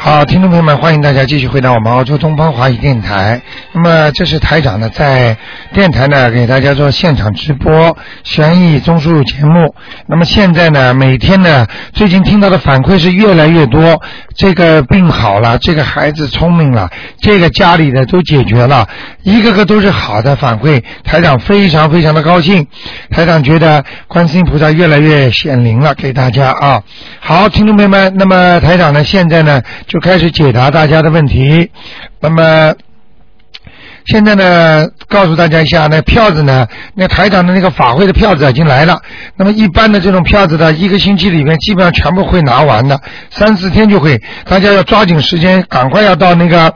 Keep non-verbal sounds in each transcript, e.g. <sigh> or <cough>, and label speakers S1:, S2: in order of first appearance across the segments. S1: 好，听众朋友们，欢迎大家继续回到我们澳洲东方华语电台。那么，这是台长呢在电台呢给大家做现场直播悬疑综述节目。那么现在呢，每天呢最近听到的反馈是越来越多，这个病好了，这个孩子聪明了，这个家里的都解决了，一个个都是好的反馈。台长非常非常的高兴，台长觉得观世音菩萨越来越显灵了，给大家啊。好，听众朋友们，那么台长呢现在呢就开始解答大家的问题。那么现在呢，告诉大家一下，那票子呢，那台长的那个法会的票子已经来了。那么一般的这种票子呢，一个星期里面基本上全部会拿完的，三四天就会。大家要抓紧时间，赶快要到那个。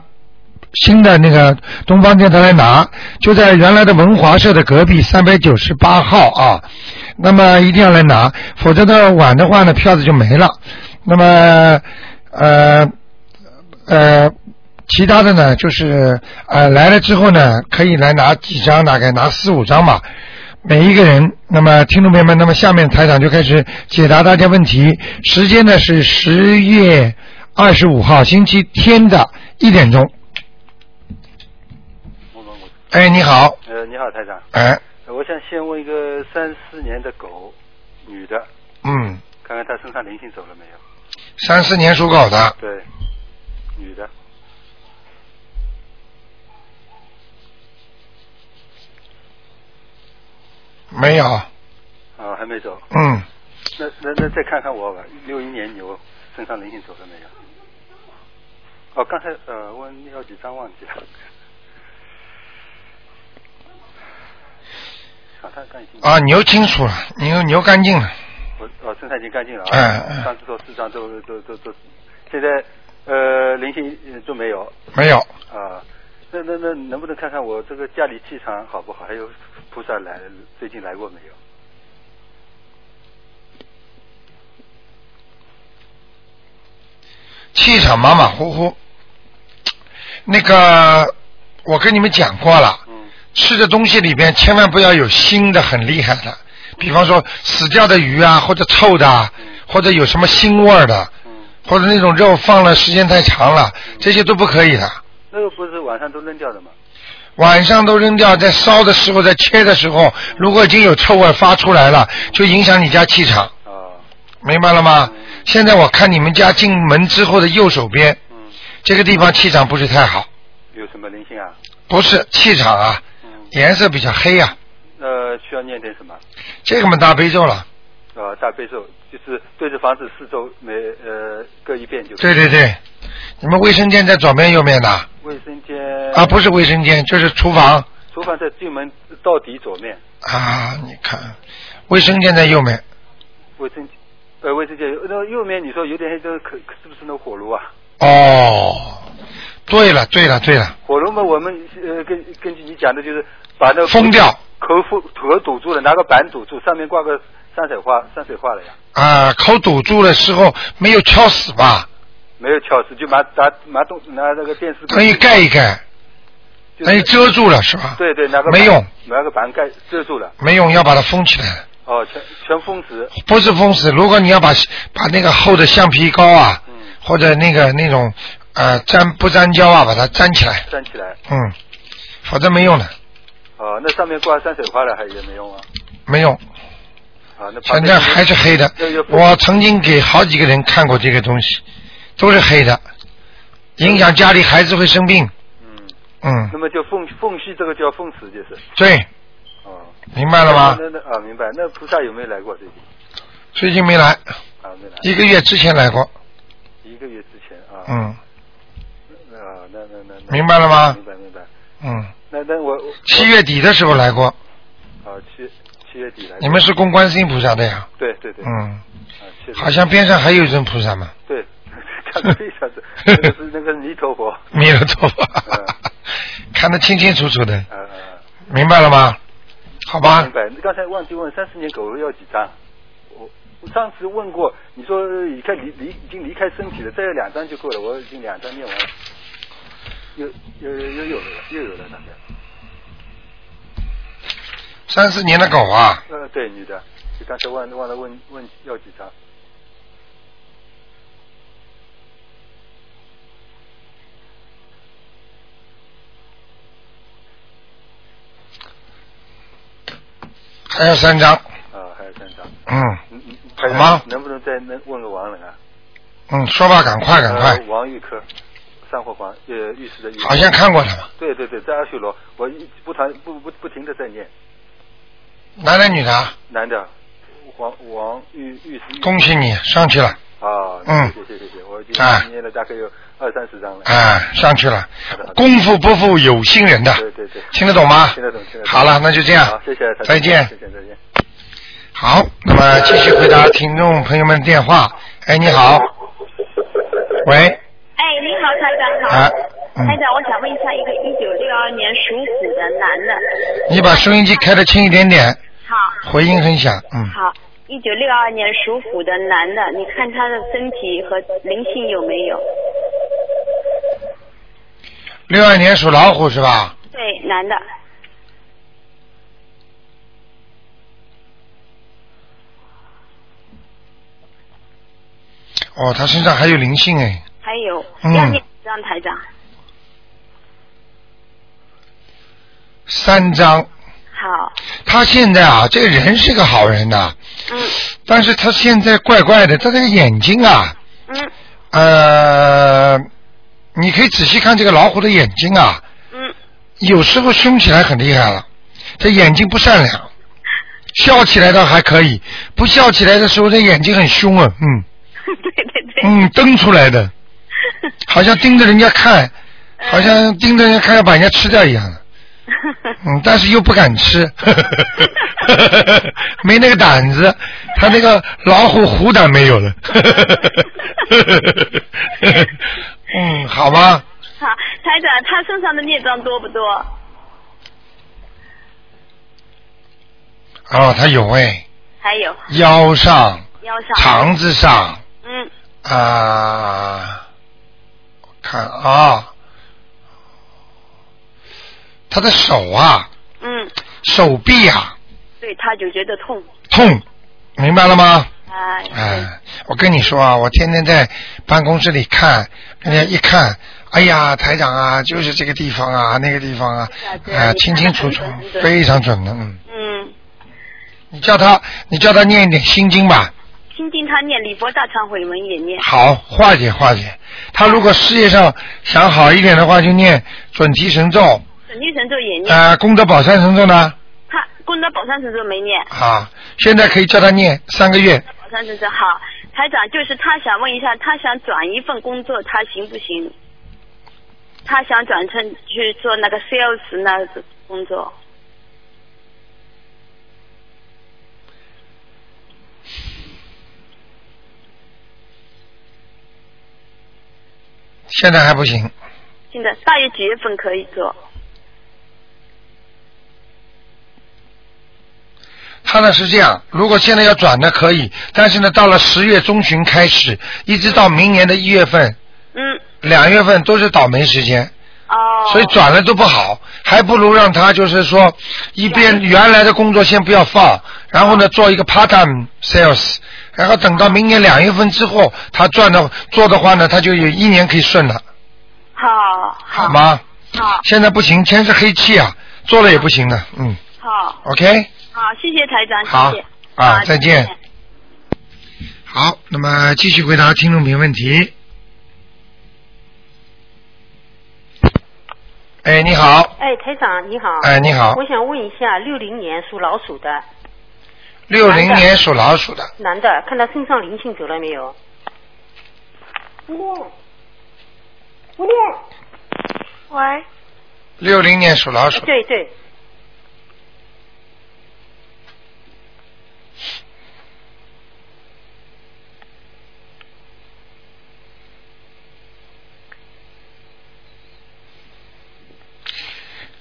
S1: 新的那个东方电台来拿，就在原来的文华社的隔壁三百九十八号啊。那么一定要来拿，否则的晚的话呢，票子就没了。那么呃呃，其他的呢，就是呃来了之后呢，可以来拿几张，大概拿四五张吧。每一个人，那么听众朋友们，那么下面台长就开始解答大家问题。时间呢是十月二十五号星期天的一点钟。
S2: 我问我，
S1: 哎，你好，
S2: 呃，你好，台长，
S1: 哎，
S2: 呃我想先问一个三四年的狗，女的，
S1: 嗯，
S2: 看看她身上灵性走了没有？
S1: 三四年属狗的，
S2: 对，女的，
S1: 没有，
S2: 啊，还没走。
S1: 嗯，
S2: 那那那再看看我吧，六一年牛身上灵性走了没有？哦，刚才呃问要几张忘记了。啊，他干净
S1: 啊，牛清楚了，牛牛干净了，
S2: 我哦，身材已经干净了
S1: 哎哎
S2: 啊，上次做四张都都都都，现在呃灵性呃都没有
S1: 没有，
S2: 啊。那那那能不能看看我这个家里气场好不好？还有菩萨来最近来过没有？
S1: 气场马马虎虎。那个，我跟你们讲过了，
S2: 嗯，
S1: 吃的东西里边千万不要有腥的很厉害的，比方说死掉的鱼啊，或者臭的啊，或者有什么腥味儿的，
S2: 嗯，
S1: 或者那种肉放了时间太长了，这些都不可以的。
S2: 那个不是晚上都扔掉的吗？
S1: 晚上都扔掉，在烧的时候，在切的时候，如果已经有臭味发出来了，就影响你家气场，
S2: 啊，
S1: 明白了吗
S2: 嗯？
S1: 现在我看你们家进门之后的右手边
S2: 嗯，
S1: 这个地方气场不是太好，
S2: 有什么灵性啊？
S1: 不是气场啊，
S2: 嗯，
S1: 颜色比较黑啊，
S2: 呃，需要念点什么？
S1: 这个嘛大悲咒了，
S2: 呃，大悲咒就是对着房子四周每呃各一遍就可
S1: 对
S2: 以
S1: 对对，你们卫生间在左面右面的
S2: 卫生间
S1: 啊，不是卫生间就是厨房
S2: 厨房在进门到底左面，
S1: 啊，你看，卫生间在右面，
S2: 卫生间呃卫生间有那右面你说有点这个可可是不是那火炉啊？
S1: 哦，对了对了对了，
S2: 火炉嘛，我们呃根根据你讲的就是把那个
S1: 封掉
S2: 口封口堵住了，拿个板堵住，上面挂个山水画山水画了呀，
S1: 啊，口堵住的时候没有敲死吧？
S2: 没有撬死就拿拿拿东拿那个电视
S1: 可以盖一盖，
S2: 就
S1: 可以
S2: 是
S1: 遮住了是吧？
S2: 对对，拿个
S1: 没用，
S2: 拿个板盖遮住了，
S1: 没用，要把它封起来，
S2: 哦，全全封死，
S1: 不是封死。如果你要把把那个厚的橡皮膏啊，
S2: 嗯，
S1: 或者那个那种呃粘不粘胶啊，把它粘起来，
S2: 站起来，
S1: 嗯，否则没用的，
S2: 哦，那上面挂山水画了还也没用啊，
S1: 没用。
S2: 啊，那旁
S1: 现
S2: 边
S1: 在还是黑的
S2: 那就，不
S1: 我曾经给好几个人看过这个东西，都是黑的，影响家里孩子会生病。
S2: 嗯，
S1: 嗯
S2: 那，么就缝缝隙这个叫缝死就是，
S1: 对，
S2: 哦，
S1: 明白了吗？
S2: 那那啊，明白。那菩萨有没有来过最近？
S1: 最近没来，
S2: 啊，没来，
S1: 一个月之前来过。
S2: 一个月之前啊，
S1: 嗯
S2: 啊，那那那，那
S1: 明白了吗
S2: 明白明白。
S1: 嗯，
S2: 那那我我
S1: 七月底的时候来过。
S2: 啊七七月底来过，
S1: 你们是供观世音菩萨的呀？
S2: 对对对，
S1: 嗯，
S2: 啊，七月底
S1: 好像边上还有一尊菩萨嘛，
S2: 对， <laughs> 看得非常准，那个是那个弥陀佛，
S1: 弥勒陀佛
S2: 嗯，
S1: <laughs> 看得清清楚楚的，
S2: 啊啊。
S1: 明白了吗？好吧
S2: 明，白。你刚才忘记问三十年狗肉要几张？我我上次问过，你说离开离离已经离开身体了，再有两张就够了。我已经两张念完了，又又又又有了，又有了大概。
S1: 三四年的狗啊，
S2: 呃，对，女的，就刚才忘忘了问问要几张。
S1: 还有三张，
S2: 啊，还有三张。
S1: 嗯
S2: 嗯嗯，台长
S1: 好吗
S2: 能不能再能问个王人啊？
S1: 嗯，说吧，赶快赶快
S2: 呃，王玉科，上火黄，呃，玉石的玉。
S1: 好像看过他吧？
S2: 对对对，在阿修罗，我一不谈不不不停的在念，
S1: 男的女的啊？
S2: 男的，黄王玉玉石玉。
S1: 恭喜你上去了，
S2: 啊，
S1: 嗯
S2: 谢谢谢谢，我已
S1: 哎
S2: 经念了大概有二三十张了。
S1: 啊，上去了
S2: 好的好，的
S1: 功夫不负有心人的，
S2: 对对对，
S1: 听得懂吗？
S2: 听得懂听得懂。
S1: 好了，那就这
S2: 好
S1: 样，，
S2: 谢谢台长，
S1: 再见
S2: 谢。谢再见。
S1: 好，那么继续回答听众朋友们的电话。哎，你好，喂，
S3: 哎，你好，台长好。
S1: 啊嗯
S3: 台长，我想问一下，一个一九六二年属虎的男的，
S1: 你把收音机开的轻一点点，
S3: 好，
S1: 回音很响，嗯，
S3: 好，一九六二年属虎的男的，你看他的身体和灵性有没有？
S1: 六二年属老虎是吧？
S3: 对，男的，
S1: 哦，他身上还有灵性哎，
S3: 还有
S1: 嗯
S3: 要念让台长。
S1: 三张。
S3: 好，
S1: 他现在啊，这个人是个好人呐、
S3: 嗯
S1: 但是他现在怪怪的，他这个眼睛啊，
S3: 嗯
S1: 呃，你可以仔细看这个老虎的眼睛啊，
S3: 嗯，
S1: 有时候凶起来很厉害了，这眼睛不善良，笑起来倒还可以，不笑起来的时候，这眼睛很凶啊，嗯
S3: <laughs> 对对对，
S1: 嗯，瞪出来的，好像盯着人家看，
S3: 嗯
S1: 好像盯着人家看要把人家吃掉一样的，嗯，但是又不敢吃， <laughs> 没那个胆子，他那个老虎虎胆没有了， <laughs> 嗯，好吧，
S3: 好，台长，他身上的孽障多不多？
S1: 哦，他有哎，
S3: 还有
S1: 腰上、
S3: 腰上。
S1: 肠子上。
S3: 嗯
S1: 啊，我看啊，他的手啊，
S3: 嗯，
S1: 手臂啊，
S3: 对，他就觉得痛。
S1: 痛，明白了吗？
S3: 哎。对
S1: 哎，我跟你说啊，我天天在办公室里看，
S3: 嗯
S1: 人家一看，哎呀，台长啊，就是这个地方啊，那个地方啊
S3: 对啊，对啊
S1: 啊，
S3: 你
S1: 清清
S3: 看得
S1: 楚
S3: 很
S1: 楚
S3: 准很，准
S1: 非常准的，嗯。
S3: 嗯，
S1: 你叫他，你叫他念一点心经吧，
S3: 心经他念，礼佛大忏悔文也念。
S1: 好，化解化解。他如果事业上想好一点的话，就念准提神咒，
S3: 准提神咒也念，
S1: 呃，功德宝山神咒呢？
S3: 他功德宝山神咒没念，
S1: 啊，现在可以叫他念三个月，
S3: 宝山神咒好。台长就是他想问一下，他想转一份工作，他行不行？他想转成去做那个 sales 那个工作，
S1: 现在还不行。
S3: 现在大约几月份可以做？
S1: 他呢是这样，如果现在要转呢可以，但是呢到了十月中旬开始，一直到明年的一月份、
S3: 嗯，
S1: 两月份都是倒霉时间，
S3: 哦，
S1: 所以转了都不好，还不如让他就是说一边原来的工作先不要放，然
S3: 哦
S1: 后呢做一个 part time sales，然后等到明年两月份之后，他赚的做的话呢，他就有一年可以顺了，
S3: 好
S1: 好
S3: 好
S1: 吗？
S3: 好
S1: 现在不行，全是黑气啊，做了也不行的，嗯
S3: 好
S1: ，OK，
S3: 好，谢谢台长，
S1: 好
S3: 谢谢，
S1: 啊
S3: 好
S1: 再见好，那么继续回答听众朋友问题。哎，你好，
S4: 哎，台长你好。
S1: 哎，你好
S4: 我，想问一下，六零年属老鼠的
S1: 六零年哎属老鼠的，
S4: 男的，看他身上灵性走了没有？
S5: 喂，
S1: 六零年属老鼠的，
S4: 对对，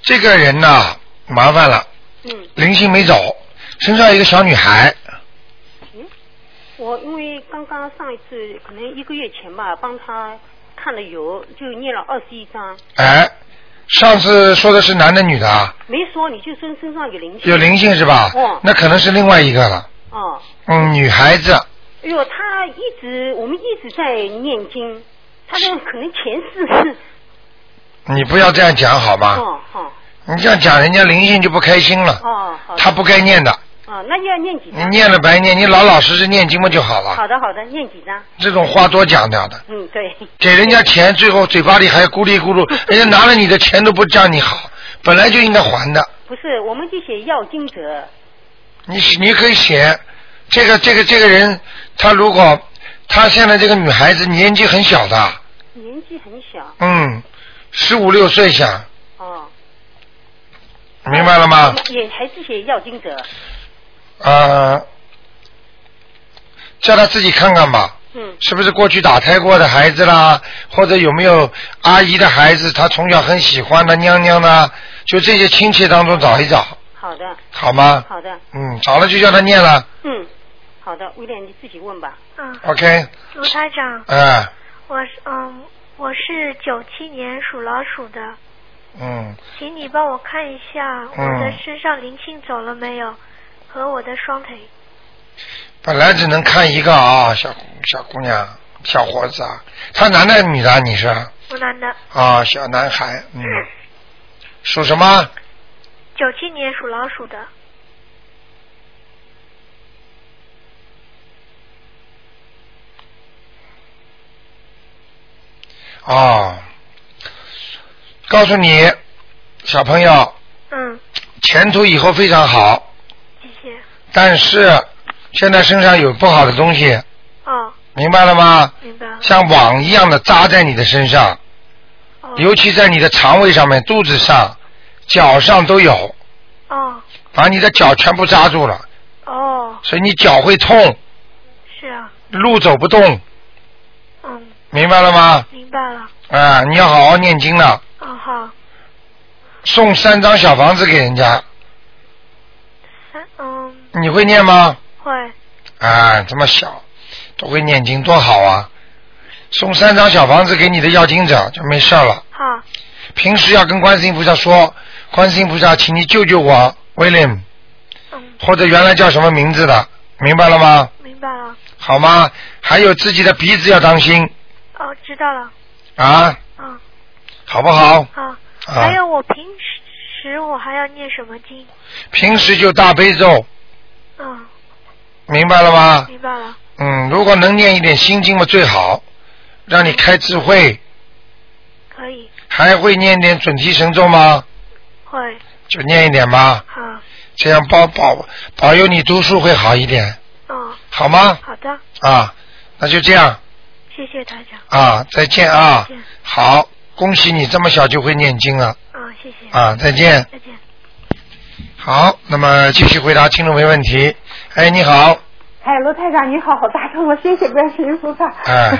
S1: 这个人呐、麻烦了，
S4: 嗯，
S1: 灵性没走，身上有一个小女孩，
S4: 我因为刚刚上一次可能一个月前吧，帮他看了有，就念了二十一章，
S1: 哎，上次说的是男的女的啊，
S4: 没说你就说身上有灵性。
S1: 有灵性是吧
S4: 嗯？
S1: 那可能是另外一个了，
S4: 哦，
S1: 嗯，女孩子，
S4: 哎呦，他一直我们一直在念经，他的可能前世是，
S1: 你不要这样讲好吗？
S4: 哦哦
S1: 嗯你这样讲人家灵性就不开心了，
S4: 哦，好的
S1: 他不该念的，
S4: 哦啊，那要念几
S1: 你
S4: 张？
S1: 念了白念，你老老实实念经嘛就好了。
S4: 好的好的，念几张？
S1: 这种话多讲掉的，
S4: 嗯，对， <laughs>
S1: 给人家钱，最后嘴巴里还咕哩咕噜，人家拿了你的钱都不叫你好，本来就应该还的。
S4: 不是，我们就写要经者，
S1: 你你可以写，这个这个这个人，他如果他现在这个女孩子年纪很小的，
S4: 年纪很小
S1: 嗯，十五六岁想，
S4: 哦。
S1: 明白了吗？
S4: 也还是写要经者，嗯
S1: 呃，叫他自己看看吧，
S4: 嗯
S1: 是不是过去打胎过的孩子啦，或者有没有阿姨的孩子，他从小很喜欢的娘娘啦，就这些亲戚当中找一找，
S4: 好的
S1: 好吗？
S4: 好的，
S1: 嗯，找了就叫他念了
S4: 嗯，好的，威廉你自己问吧。
S5: 嗯，
S1: ，OK，
S5: 卢台长，
S1: 哎、
S5: 我是嗯，我是九七年属老鼠的，
S1: 嗯，
S5: 请你帮我看一下我的身上灵性走了没有，和我的双腿。
S1: 本来只能看一个啊，小小姑娘，小伙子啊，他男的女的啊？你是
S5: 我男的，
S1: 啊，小男孩，嗯，属什么？
S5: 九七年属老鼠的，
S1: 哦，告诉你，小朋友，
S5: 嗯，
S1: 前途以后非常好，
S5: 谢谢。
S1: 但是现在身上有不好的东西，
S5: 哦，
S1: 明白了吗？
S5: 明白了。
S1: 像网一样的扎在你的身上，
S5: 哦
S1: 尤其在你的肠胃上面、肚子上、脚上都有，
S5: 哦
S1: 把你的脚全部扎住了，
S5: 哦，
S1: 所以你脚会痛，
S5: 是啊，
S1: 路走不动，
S5: 嗯，
S1: 明白了吗？
S5: 明白了。
S1: 啊、你要好好念经了，
S5: 哦好，
S1: 送三张小房子给人家，
S5: 三嗯
S1: 你会念吗？
S5: 会，
S1: 啊，这么小都会念经，多好啊！送三张小房子给你的要经者就没事儿了。
S5: 好
S1: 平时要跟观世音菩萨说，观世音菩萨，请你救救我，William，
S5: 嗯，
S1: 或者原来叫什么名字的，明白了吗？
S5: 明白了。
S1: 好吗？还有自己的鼻子要当心
S5: 哦，知道了。
S1: 啊，
S5: 嗯，
S1: 好不好？
S5: 好。
S1: 啊
S5: 还，有我平时我还要念什么经？
S1: 平时就大悲咒，
S5: 嗯，
S1: 明白了吗？
S5: 明白了。
S1: 嗯，如果能念一点心经嘛最好，让你开智慧。
S5: 可以，
S1: 还会念点准提神咒吗？
S5: 会，
S1: 就念一点吧，
S5: 好，
S1: 这样保保保佑你读书会好一点，
S5: 嗯，
S1: 好吗？
S5: 好的，
S1: 啊，那就这样
S5: 谢谢台长，
S1: 啊，再见啊
S5: 再见，
S1: 好，恭喜你这么小就会念经了
S5: 嗯，谢谢，
S1: 啊，再见。
S5: 再见。
S1: 好，那么继续回答听众没问题。哎，你好，
S6: 哎，罗台长你好，好打通了，谢谢观世音菩萨。
S5: <laughs>
S1: 哎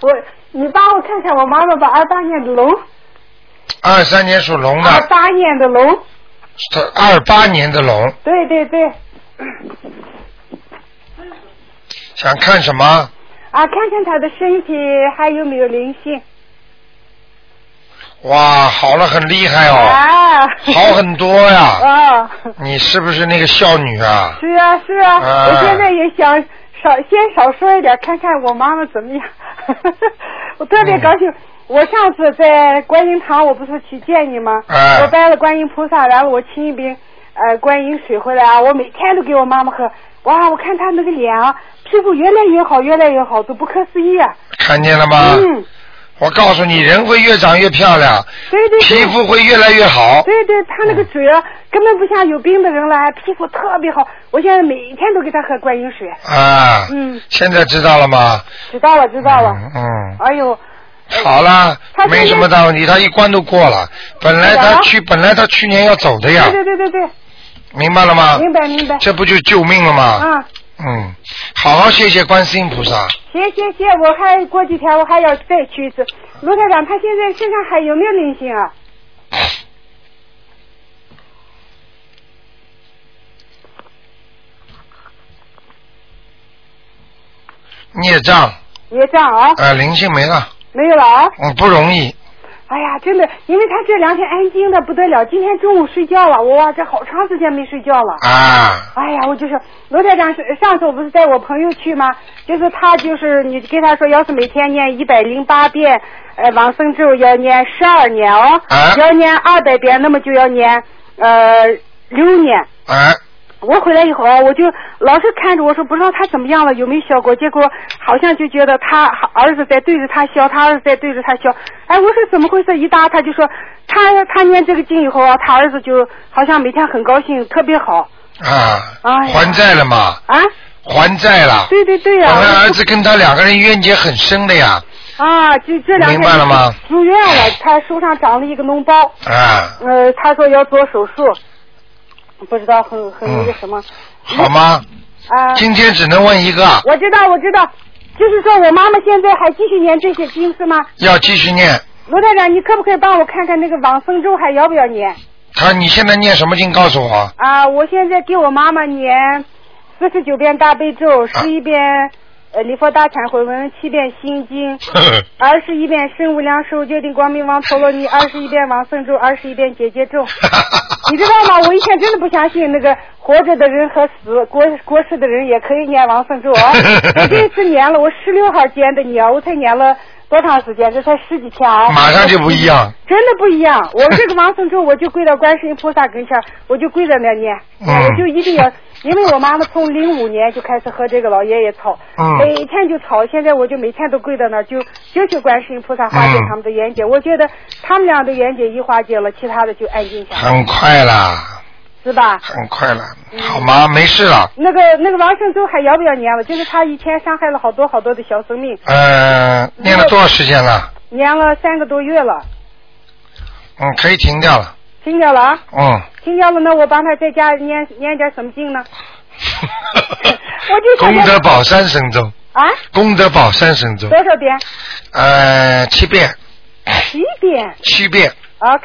S6: 我，你帮我看看我妈妈吧，二八年的龙，
S1: 二三年属龙
S6: 二
S5: 啊
S1: 的，
S6: 八年的龙，
S1: 二八年的龙，
S6: 对对对，
S1: <coughs> 想看什么？
S6: 啊，看看她的身体还有没有灵性。
S1: 哇，好了，很厉害哦，
S6: 啊，
S1: 好很多呀。
S6: 啊，
S1: 你是不是那个孝女啊？
S6: 是啊是啊，
S1: 啊
S6: 我现在也想少先少说一点，看看我妈妈怎么样。 <laughs> 我特别高兴。
S1: 嗯
S6: 我上次在观音堂，我不是去见你吗？
S1: 哎
S6: 我拜了观音菩萨，然后我沏一瓶呃观音水回来啊，我每天都给我妈妈喝。哇，我看她那个脸啊，皮肤越来越好，越来越好，都不可思议啊！
S1: 看见了吗？
S6: 嗯，
S1: 我告诉你，人会越长越漂亮，
S6: 对对
S1: 皮
S6: 对。
S1: 肤会越来越好。嗯
S6: 对对，她那个嘴啊，根本不像有病的人了，皮肤特别好。我现在每天都给她喝观音水。
S1: 啊，
S6: 嗯，
S1: 现在知道了吗？
S6: 知道了，知道了。
S1: 嗯嗯
S6: 哎呦，
S1: 好啦
S6: 他，现在
S1: 没什么大问题，他一关都过了。本来他
S6: 啊
S1: 去，本来他去年要走的呀
S6: 对，对对对对，
S1: 明白了吗？
S6: 嗯明白明白。
S1: 这不就救命了吗？
S6: 啊，
S1: 嗯，好好谢谢观世音菩萨。
S6: 行行行，我还过几天我还要再去一次。卢台长，他现在身上还有没有灵性啊？
S1: 孽障啊、
S6: 也这样啊，
S1: 呃灵性没了，
S6: 没有了啊。
S1: 嗯，不容易。
S6: 哎呀，真的，因为他这两天安静的不得了，今天中午睡觉了，哇，这好长时间没睡觉了。
S1: 啊，
S6: 哎呀，我就说，罗台长是上次我不是带我朋友去吗？就是他就是你跟他说，要是每天念一百零八遍，呃，往生咒要念十二年哦，
S1: 啊
S6: 要念二百遍，那么就要念呃六年。
S1: 哎、
S6: 啊、我回来以后啊，我就老是看着我说不知道他怎么样了，有没有效果。结果好像就觉得他儿子在对着他笑，他儿子在对着他笑。哎，我说怎么回事？一搭他就说他他念这个经以后啊，他儿子就好像每天很高兴，特别好。
S1: 啊，
S6: 哎呀
S1: 还债了嘛，
S6: 啊，
S1: 还债了。
S6: 对对对呀、
S1: 我们儿子跟他两个人冤结很深的呀，
S6: 啊，就这两天
S1: 明白了吗
S6: 住院了，他手上长了一个脓包，
S1: 啊，
S6: 呃，他说要做手术，不知道很很那个什么、
S1: 嗯好吗？
S6: 啊。
S1: 今天只能问一个，
S6: 我知道，我知道，就是说我妈妈现在还继续念这些经是吗？
S1: 要继续念。
S6: 罗台长，你可不可以帮我看看那个往生咒还要不要念？
S1: 他你现在念什么经？告诉我。
S6: 啊，我现在给我妈妈念四十九遍大悲咒，十一遍呃礼佛大忏悔文，七遍心经，二十一遍生无量寿决定光明王陀罗尼，二十一遍往生咒，二十一遍解结
S1: <laughs>
S6: 咒。你知道吗？我以前真的不相信那个活着的人和死过过世的人也可以念往生咒
S1: <laughs>
S6: 啊！我这次念了，我十六号煎的鸟，我才念了多长时间？这才十几天啊！
S1: 马上就不一样。
S6: 真的不一样。我这个往生咒，我就跪到观世音菩萨跟前儿，我就跪在那儿念，
S1: 嗯
S6: 我就一定要，因为我妈妈从零五年就开始和这个老爷爷吵，
S1: 嗯
S6: 每天就吵，现在我就每天都跪在那儿，就就求观世音菩萨化
S1: 嗯
S6: 解他们的冤结。我觉得他们俩的冤结一化解了，其他的就安静下来，
S1: 很快啦，
S6: 是吧？
S1: 很快啦，好吗？没事了。
S6: 那个那个王胜洲还要不要念了？就是他以前伤害了好多好多的小生命，
S1: 呃，念了多少时间了？
S6: 念了三个多月了，
S1: 嗯，可以停掉了。
S6: 听见了啊？
S1: 嗯，
S6: 听见了，那我帮他在家念念点什么经呢？
S1: <laughs>
S6: 我就想
S1: 功德宝三神咒，
S6: 啊，
S1: 功德宝三神咒，
S6: 多少遍？
S1: 呃，七遍，哎
S6: 十一遍。
S1: 七遍，
S6: OK，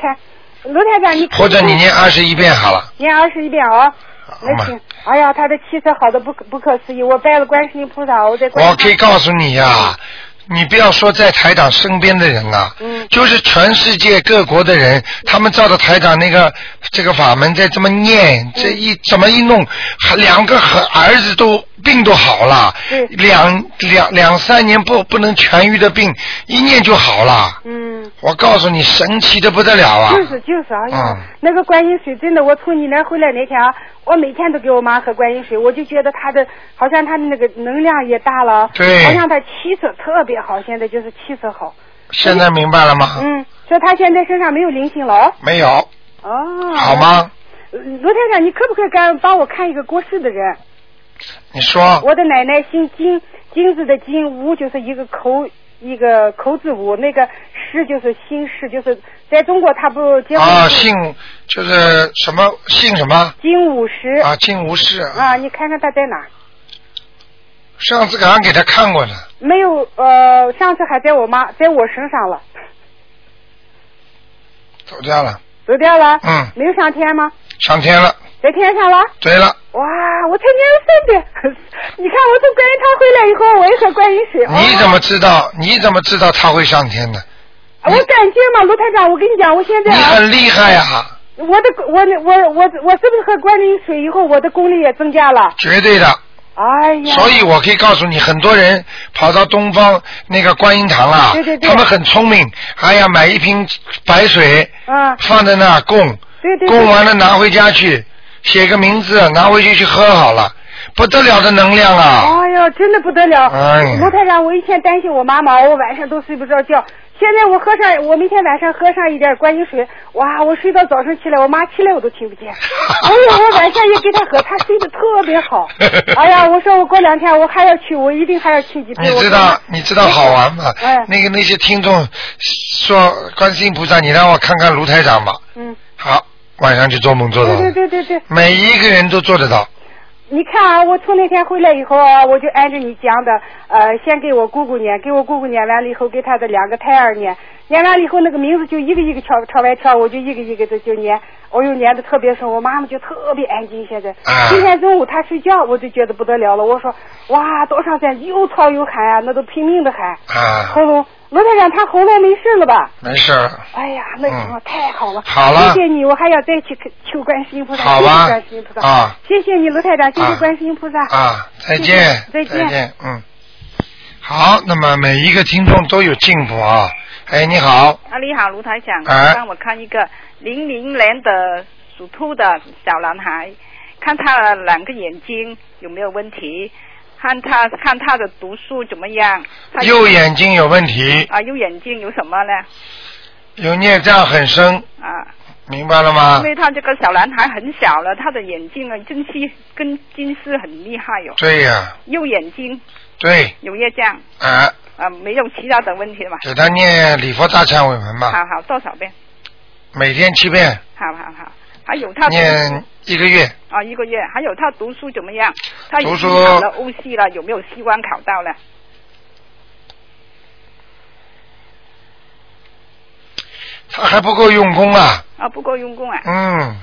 S6: 卢台长，你
S1: 或者你念二十一遍好了，
S6: 念二十一遍啊、
S1: 好
S6: 那
S1: 吗
S6: 行？。哎呀，他的气色好的不可不可思议，我拜了观世音菩萨，我在观
S1: 我
S6: 世
S1: 可以告诉你呀、你不要说在台长身边的人啊，
S6: 嗯
S1: 就是全世界各国的人，他们照着台长那个这个法门在这么
S6: 嗯
S1: 念，这一怎么一弄，还两个和儿子都病都好了
S6: 对，
S1: 两两两三年不不能痊愈的病，一念就好了。
S6: 嗯。
S1: 我告诉你，神奇的不得了啊！
S6: 就是就是，哎呀，
S1: 嗯
S6: 那个观音水真的，我从你那回来那天啊，我每天都给我妈喝观音水，我就觉得她的好像她的那个能量也大了，
S1: 对
S6: 好像她气色特别好，现在就是气色好，
S1: 现在明白了吗？
S6: 嗯，说她现在身上没有灵性了哦，
S1: 没有，
S6: 哦，呃
S1: 好？吗？
S6: 罗台长，你可不可以干帮我看一个过世的人？
S1: 你说，
S6: 我的奶奶姓金，金子的金，吴就是一个口一个口字吴，那个氏就是姓氏，就是在中国他不结婚
S1: 啊，
S6: 是
S1: 姓就是什么姓什么
S6: 金五十
S1: 啊？金无事
S6: 啊你看看他在哪儿？
S1: 上次好像给他看过了，
S6: 没有呃，上次还在我妈在我身上了，
S1: 走掉了，
S6: 走掉了，
S1: 嗯
S6: 没有上天吗？
S1: 上天了。
S6: 在天上了。
S1: 对了，
S6: 哇，我才念了三遍， <laughs> 你看我从观音堂回来以后，我也喝观音水。哦
S1: 你
S6: 哇
S1: 怎么知道？你怎么知道他会上天的？
S6: 我感觉嘛，卢台长，我跟你讲，我现
S1: 你
S6: 在啊，
S1: 很厉害啊，
S6: 我的我我我我是不是喝观音水以后，我的功力也增加了？
S1: 绝对的。
S6: 哎呀，
S1: 所以我可以告诉你，很多人跑到东方那个观音堂啊，
S6: 对对对
S1: 他们很聪明。哎呀，买一瓶白水
S6: 啊，
S1: 放在那儿供，
S6: 对对
S1: 供
S6: 对，
S1: 完了拿回家去，写个名字，拿回去去喝好了，不得了的能量啊！
S6: 哎呀，真的不得了
S1: 哎呀。。
S6: 卢台长，我以前担心我妈妈，我晚上都睡不着觉。现在我喝上，我每天晚上喝上一点观音水，哇，我睡到早上起来，我妈起来我都听不见。哎呀，我晚上也给她喝，她睡得特别好哎呀，我说我过两天我还要去，我一定还要去 <laughs> 几
S1: 你
S6: 杯。我
S1: 知
S6: 看
S1: 道
S6: 看
S1: 你知道好玩吗？
S6: 哎
S1: 那个那些听众说观世音菩萨，你让我看看卢台长吧。
S6: 嗯，
S1: 好，晚上就做梦做到
S6: 对
S1: 了。
S6: 对对对对。
S1: 每一个人都做得到，
S6: 你看啊，我从那天回来以后啊，我就按照你讲的，呃，先给我姑姑念，给我姑姑念完了以后，给她的两个胎儿念，念完了以后，那个名字就一个一个朝朝外跳，我就一个一个的就念，我又念的特别顺，我妈妈就特别安静。现在
S1: 啊，
S6: 今天中午她睡觉，我就觉得不得了了，我说哇，多少天又吵又喊啊，那都拼命的喊，
S1: 啊
S6: 喉，咙，罗台长，她喉咙没事了吧？
S1: 没事儿，
S6: 哎呀，那什么、
S1: 嗯
S6: 太好了，
S1: 好了
S6: 谢谢你，我还要再去求观世音菩萨，
S1: 好
S6: 谢
S1: 吧
S6: 谢观世音菩萨，
S1: 啊
S6: 谢谢你，卢台长，谢
S1: 啊
S6: 谢观世音菩萨，
S1: 啊，再见，
S6: 再见
S1: 嗯，好，那么每一个听众都有进步啊，哎，你好，
S7: 啊，你好，卢台长，
S1: 哎
S7: 帮我看一个零零年的属兔的小男孩，看他两个眼睛有没有问题，看他看他的读书怎么样。他
S1: 右眼睛有问题，
S7: 啊，右眼睛有什么呢？
S1: 有孽障很深，
S7: 啊，
S1: 明白了吗
S7: 因？为他这个小男孩很小了，他的眼睛啊，近视跟近视很厉害哟、
S1: 对呀、
S7: 右眼睛
S1: 对，
S7: 有业障
S1: 啊，
S7: 啊，没有其他的问题了嘛？
S1: 给他念礼佛大忏悔文吧，
S7: 好好多少遍？
S1: 每天七遍，
S7: 好好好。还有他读
S1: 念一个月。
S7: 啊，一个月，还有他读书怎么样？他已
S1: 读
S7: 经
S1: 书
S7: 考了 OC 了，有没有希望考到呢？
S1: 他还不够用功啊，
S7: 啊，不够用功啊！
S1: 嗯，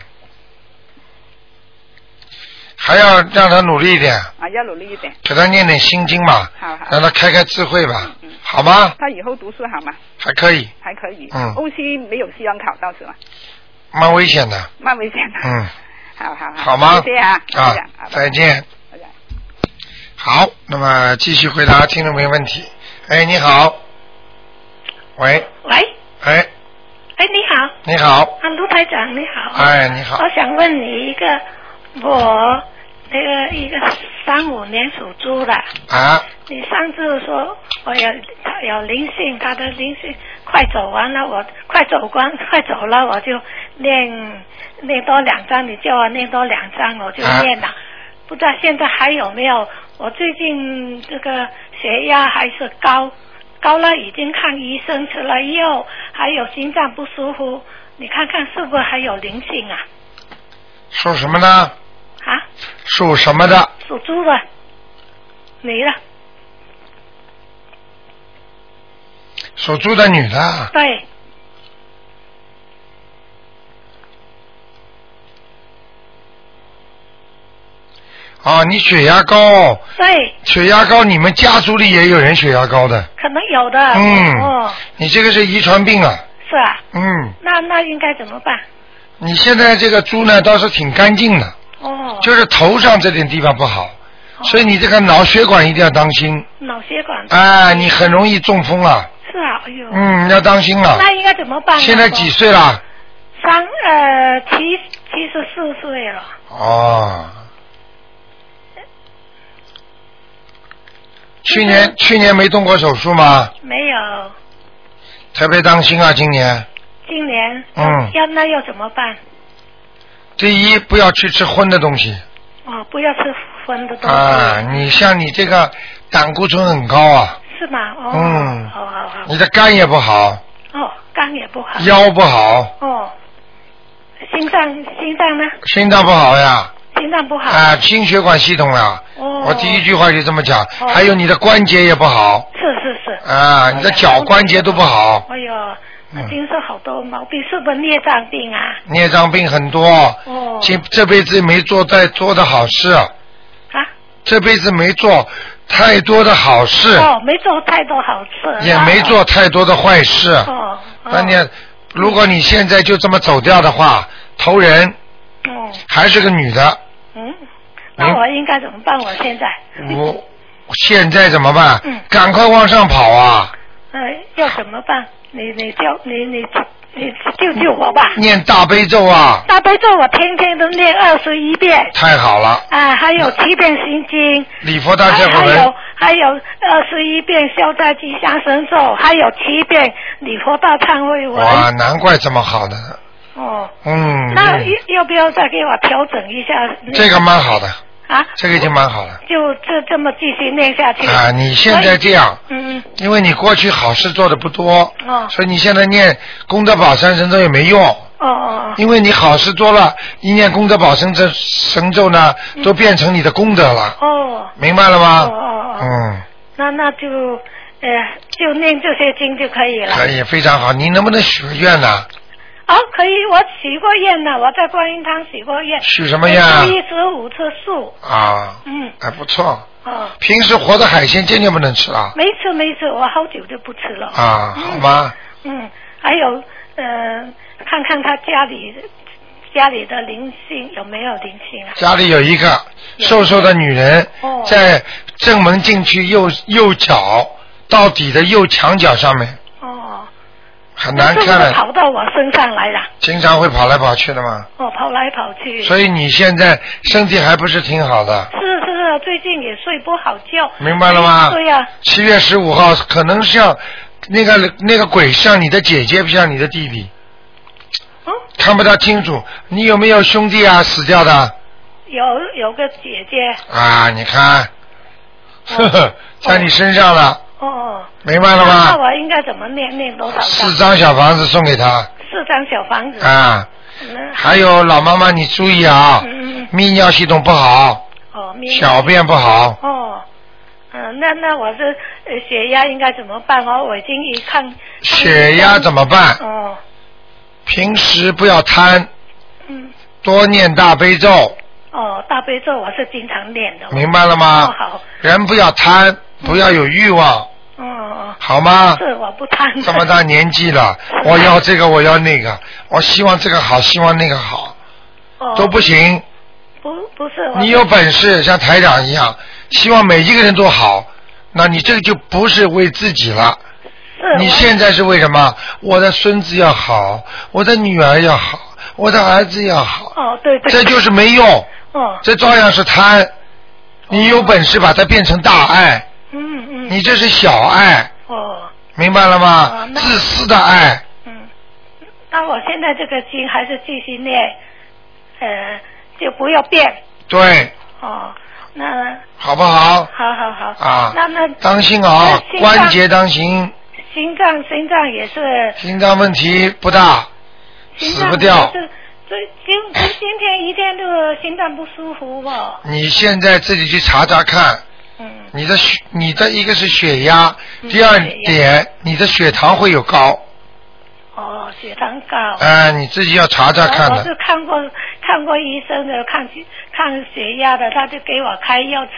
S1: 还要让他努力一点，
S7: 啊，要努力一点。
S1: 给他念点心经嘛，
S7: 好好。
S1: 让他开开智慧吧，好吗？
S7: 他以后读书好吗？
S1: 还可以，
S7: 还可以。
S1: 嗯
S7: OC 没有希望考到是吧？
S1: 蛮危险的，
S7: 蛮危险的。
S1: 嗯，
S7: 好好好。
S1: 好吗
S7: 谢谢啊。
S1: 啊
S7: 谢谢好，
S1: 再见。好，那么继续回答听众朋友问题。哎，你好，喂，
S8: 喂，
S1: 哎，
S8: 哎，你好，
S1: 你好，
S8: 啊，卢台长，你好。
S1: 哎，你好，
S8: 我想问你一个，我那个一个三五年属猪的，
S1: 啊，
S8: 你上次说我有他有灵性，他的灵性快走完了，我快走光快走了，我就念念多两张，你叫我念多两张，我就
S9: 啊
S8: 念了。不知道现在还有没有？我最近这个血压还是高，高了已经看医生，吃了药，还有心脏不舒服，你看看是不是还有灵性啊？
S1: 属什么呢？
S8: 啊，
S1: 属什么的？
S8: 属猪的，没了，
S1: 属猪的啊女的，
S8: 对，
S1: 啊，你血压高，
S8: 对，
S1: 血压高，你们家族里也有人血压高的，
S8: 可能有的。
S1: 嗯
S8: 哦，
S1: 你这个是遗传病啊，
S8: 是啊，
S1: 嗯，
S8: 那那应该怎么办？
S1: 你现在这个猪呢倒是挺干净的，
S8: 哦，
S1: 就是头上这点地方不好，所以你这个脑血管一定要当心，
S8: 脑血管。
S1: 哎，你很容易中风啊，
S8: 是啊，哎呦。
S1: 嗯，要当心啊。
S8: 那应该怎么办呢？
S1: 现在几岁了？
S8: 我？三呃七七十四岁了。
S1: 哦。去年去年没动过手术吗？
S8: 没有，
S1: 特别当心啊！今年
S8: 今年。
S1: 嗯
S8: 要那要怎么办？
S1: 第一不要去吃荤的东西
S8: 哦，不要吃荤的东西。
S1: 啊！你像你这个胆固醇很高啊，
S8: 是吗？哦。
S1: 嗯
S8: 好好好。
S1: 你的肝也不好，
S8: 哦，肝也不好。
S1: 腰不好，
S8: 哦。心脏心脏呢？
S1: 心脏不好呀，
S8: 心脏不好。
S1: 啊，心血管系统呀。
S8: 哦。
S1: 我第一句话就这么讲，
S8: 哦
S1: 还有你的关节也不好
S8: 是是是。
S1: 啊，你的脚关节都不好，嗯
S8: 哎呦，那经受好多毛病，是不是孽障病啊？
S1: 孽障病很多。
S8: 哦，
S1: 这这辈子没做太多的好事啊，
S8: 啊，
S1: 这辈子没做太多的好事，
S8: 哦，没做太多好事，
S1: 也没做太多的坏事。
S8: 哦，
S1: 那你如果你现在就这么走掉的话，投人
S8: 嗯
S1: 还是个女的，
S8: 嗯，那我应该怎么办？我现在，
S1: 我现在怎么办
S8: 嗯？
S1: 赶快往上跑啊！
S8: 呃，要怎么办？你你教你你你救救我吧！
S1: 念大悲咒啊，
S8: 大悲咒我天天都念二十一遍
S1: 太好了！
S8: 啊，还有七遍心经，
S1: 嗯礼佛大忏
S8: 还
S1: 悔文
S8: 有，还有二十一遍消灾吉祥神咒，还有七遍礼佛大忏 <laughs> 悔文。
S1: 哇，难怪这么好呢。
S8: 哦，
S1: 嗯，
S8: 那要要不要再给我调整一下？
S1: 这个蛮好的，
S8: 啊，
S1: 这个已经蛮好了
S8: 就这这么继续念下去。
S1: 啊！你现在这样，
S8: 嗯，
S1: 因为你过去好事做的不多，
S8: 哦
S1: 所以你现在念功德宝山神咒也没用，
S8: 哦哦
S1: 因为你好事做了，一念功德宝神咒神咒呢，
S8: 嗯
S1: 都变成你的功德了，
S8: 哦哦，
S1: 啊明白了吗？
S8: 哦哦哦，
S1: 嗯，
S8: 那那就呃，就念这些经就可以了。
S1: 可以，非常好。你能不能许个愿呢？
S8: 哦，可以，我许过愿了，我在观音堂许过愿。
S1: 许什么愿啊
S8: 一十五次素。
S1: 啊，
S8: 嗯，
S1: 还不错。
S8: 哦，
S1: 平时活的海鲜坚决不能吃了
S8: 没吃没吃，我好久就不吃了。
S1: 啊，好吗？
S8: 嗯，还有呃，看看他家里家里的灵性有没有灵性啊？
S1: 家里有一个瘦瘦的女人，
S8: 哦
S1: 在正门进去右右脚到底的右墙角上面，
S8: 哦，
S1: 很难
S8: 是不
S1: 看
S8: 是
S1: 了，
S8: 跑到我身上来了？
S1: 经常会跑来跑去的嘛。
S8: 哦，跑来跑去。
S1: 所以你现在身体还不是挺好的，
S8: 是是是，最近也睡不好觉。
S1: 明白了吗？
S8: 对呀、
S1: 七月十五号可能像那个那个鬼像你的姐姐，不像你的弟弟。看不到清楚，你有没有兄弟啊？死掉的
S8: 有有个姐姐。
S1: 啊？你看，呵呵， <laughs> 在你身上了，
S8: 哦。
S1: 明白了吗
S8: 那我应该怎么念念多少张？
S1: 四张小房子送给他
S8: 四张小房子。
S1: 啊。
S8: 嗯。
S1: 还有老妈妈，你注意啊，
S8: 嗯嗯。
S1: 泌尿系统不好，
S8: 哦，明白
S1: 小便不好，
S8: 哦。嗯，那那我这呃血压应该怎么办哦？我已经一看
S1: 血压怎么办？
S8: 哦，
S1: 平时不要贪，
S8: 嗯，
S1: 多念大悲咒，
S8: 哦，大悲咒我是经常念的。
S1: 明白了吗
S8: 哦，好，嗯
S1: 人不要贪，不要有欲
S8: <laughs>
S1: 望，
S8: 哦哦。
S1: 好吗？
S8: 是，我不贪。
S1: 这么大年纪了，我要这个，我要那个，我希望这个好，希望那个好，
S8: <laughs> 哦
S1: 都不。行。
S8: 不不是，我
S1: 你有本事像台长一样，希望每一个人都好，那你这个就不是为自己了。
S8: 是
S1: 你
S8: 我
S1: 现在是为什么？我的孙子要好，我的女儿要好，我的儿子要好，
S8: 哦，对对。
S1: 这就是没用，
S8: 哦，
S1: 这照样是贪。你有本事把它变成大爱，
S8: 嗯嗯。
S1: 你这是小爱，
S8: 哦，
S1: 明白了吗
S8: 哦？那
S1: 自私的爱，
S8: 那我现在这个经还是继续念，呃，就不要变
S1: 对，
S8: 哦。那
S1: 好不好？
S8: 好好好
S1: 啊
S8: 那那
S1: 当心啊
S8: 那，心脏
S1: 关节当心，
S8: 心脏心脏也是
S1: 心脏问题不大，
S8: 心
S1: 死
S8: 脏
S1: 不掉
S8: 就是最今今天一天都心脏不舒服哦。
S1: 你现在自己去查查看。
S8: 嗯。
S1: 你的血，你的一个是血压，第二
S8: 嗯血压
S1: 点你的血糖会有高，
S8: 哦，血糖高。
S1: 哎、你自己要查查看
S8: 啊我我
S1: 的。
S8: 是看过看过医生的，看血看血压的，他就给我开药吃，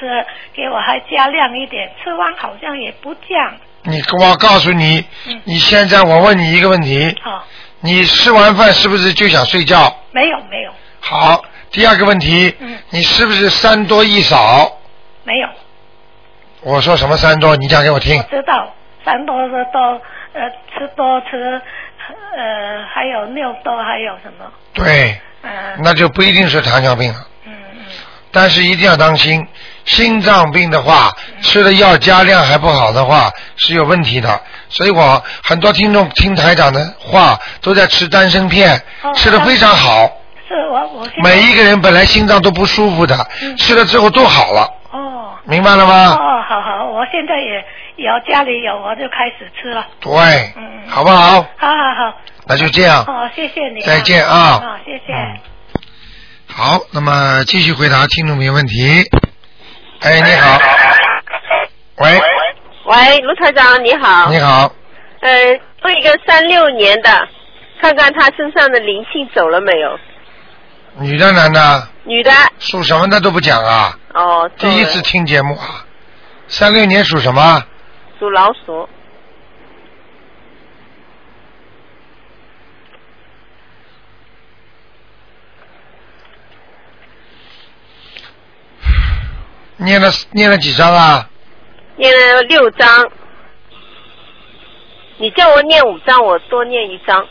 S8: 给我还加量一点，吃完好像也不降。
S1: 你我告诉你，
S8: 嗯
S1: 你现在我问你一个问题，
S8: 哦，
S1: 你吃完饭是不是就想睡觉？
S8: 没有没有
S1: 好，第二个问题，
S8: 嗯
S1: 你是不是三多一少？
S8: 没有，
S1: 我说什么三多？你讲给我听
S8: 我。知道三多是多，呃，吃多吃，呃，还有六多，还有什么？
S1: 对，
S8: 嗯
S1: 那就不一定是糖尿病了。
S8: 嗯
S1: 但是一定要当心，心脏病的话，
S8: 嗯
S1: 吃的药加量还不好的话是有问题的。所以我很多听众听台长的话，都在吃丹参片，
S8: 哦
S1: 吃的非常好。
S8: 嗯，是我我现在
S1: 每一个人本来心脏都不舒服的，
S8: 嗯
S1: 吃了之后都好了，
S8: 哦
S1: 明白了吗？
S8: 哦，好好，我现在也有家里有，我就开始吃了。
S1: 对，
S8: 嗯，
S1: 好不好？
S8: 好好好，
S1: 那就这样。
S8: 哦，谢谢你啊，
S1: 再见啊
S8: 哦，谢谢。
S1: 好，那么继续回答听众朋友问题。哎，你好。喂，
S9: 喂，卢台长你好。
S1: 你。好，
S9: 呃，问一个三六年的，看看他身上的灵性走了没有？
S1: 女的男的？
S9: 女的。
S1: 属什么的都不讲啊？
S9: 哦，
S1: 第
S9: 走了
S1: 一次听节目啊，三六年属什么？
S9: 属老鼠。
S1: 念了念了几张啊？
S9: 念了六章。你叫我念五章，我多念一章。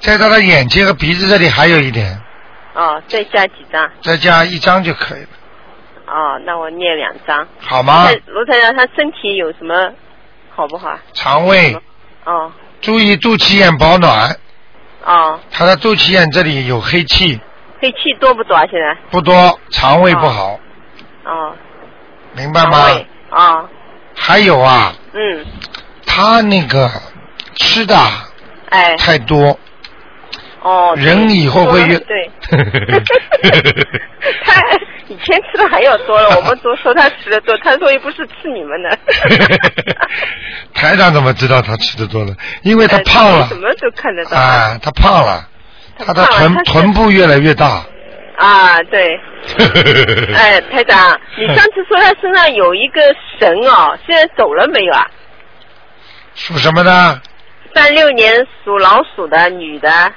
S1: 在他的眼睛和鼻子这里还有一点，
S9: 哦，再加几张？
S1: 再加一张就可以了，
S9: 哦，那我念两张。
S1: 好吗？
S9: 那卢台长，他身体有什么好不好啊？
S1: 肠胃
S9: 哦
S1: 注意肚脐眼保暖，
S9: 哦，
S1: 他的肚脐眼这里有黑气，
S9: 黑气多不多啊？现在？
S1: 不多，肠胃不好，
S9: 哦
S1: 明白吗？
S9: 哦，
S1: 还有啊，
S9: 嗯，
S1: 他那个吃的啊
S9: 哎，
S1: 太多，
S9: 哦，对
S1: 人以后会
S9: 多了
S1: 越
S9: 对。他 <laughs> 以前吃的还要多了，我们都说他吃的多，他说又不是吃你们的，
S1: <laughs> 台长怎么知道他吃的多了？ <laughs> 因为他胖
S9: 呃
S1: 了
S9: <laughs> 什么都看得到
S1: 啊，他胖了，他的
S9: 胖了
S1: 臀
S9: 他是
S1: 臀部越来越大。
S9: 啊，
S1: <laughs>
S9: 对，哎，台长，你上次说他身上有一个神哦，现在走了没有啊？
S1: 属什么的？
S9: 三六年属老鼠的女的，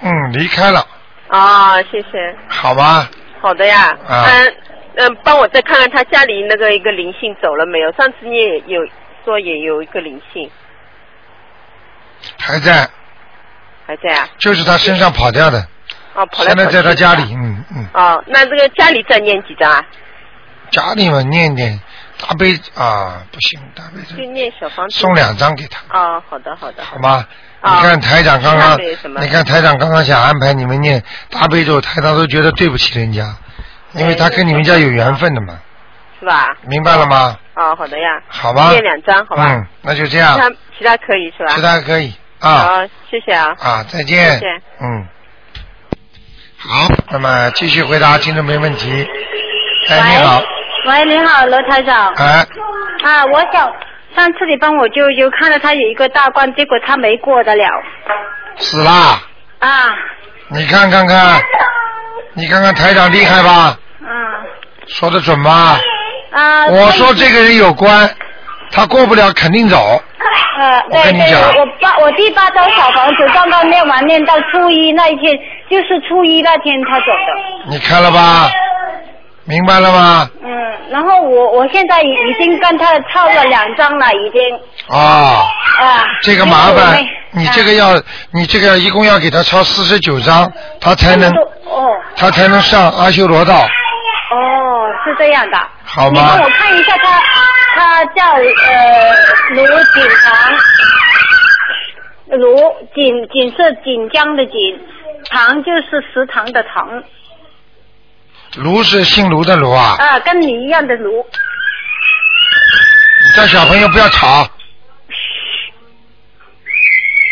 S1: 嗯，离开了，
S9: 哦，谢谢，
S1: 嗯好吧？
S9: 啊好的呀，
S1: 啊
S9: 嗯，嗯，帮我再看看他家里那个一个灵性走了没有？上次你也有说也有一个灵性
S1: 还在，
S9: 还在啊？
S1: 就是他身上跑掉的，
S9: 哦，跑来
S1: 现
S9: 跑
S1: 在
S9: 去
S1: 在他家
S9: 的
S1: 里，嗯嗯，
S9: 哦，那这个家里再念几张啊？
S1: 家里嘛念念大悲啊，不行，大悲咒
S9: 就念小房子。
S1: 送两张给他。
S9: 哦，好的，好的。
S1: 好吗？你
S9: 啊
S1: 看台长刚刚
S9: 那没什，么
S1: 你看台长刚刚想安排你们念大悲咒，台长都觉得对不起人家，因为他跟你们家有缘分的嘛，
S9: 哎是吧？
S1: 明白了吗？
S9: 哦，好的呀。
S1: 好吧
S9: 念两张，好吧？
S1: 嗯，那就这样
S9: 其，他其他可以是吧？
S1: 其他可以啊
S9: 好，谢谢啊。
S1: 啊，再见
S9: 再见。
S1: 嗯，好，那么继续回答听众没问题。哎，你好，
S10: 喂，你好，罗台长。
S1: 哎，
S10: 啊，我想上次你帮我舅舅看到他有一个大关，结果他没过得了。
S1: 死啦！
S10: 啊，
S1: 你看看看，你看看台长厉害吧？
S10: 嗯。
S1: 说的准吧？
S10: 啊。
S1: 我说
S10: 他已经
S1: 这个人有关，他过不了肯定走。
S10: 呃，
S1: 我
S10: 对
S1: 跟你
S10: 对
S1: 讲，
S10: 我八我第八张小房子刚刚念完，念到初一那一天，就是初一那天他走的。
S1: 你看了吧？明白了吗？
S10: 嗯，然后我我现在已已经跟他抄了两张了，已经
S1: 啊，
S10: 啊。
S1: 这个麻烦，你这个要，你这个一共要给他抄四十九章，他才能，
S10: 哦
S1: 他才能上阿修罗道，
S10: 哦，是这样的。
S1: 好
S10: 你帮
S1: 吗
S10: 我？看一下他，他叫呃卢锦堂，卢锦锦是锦江的锦，堂就是食堂的堂，
S1: 卢是姓卢的卢啊，
S10: 啊，跟你一样的卢。
S1: 你叫小朋友不要吵，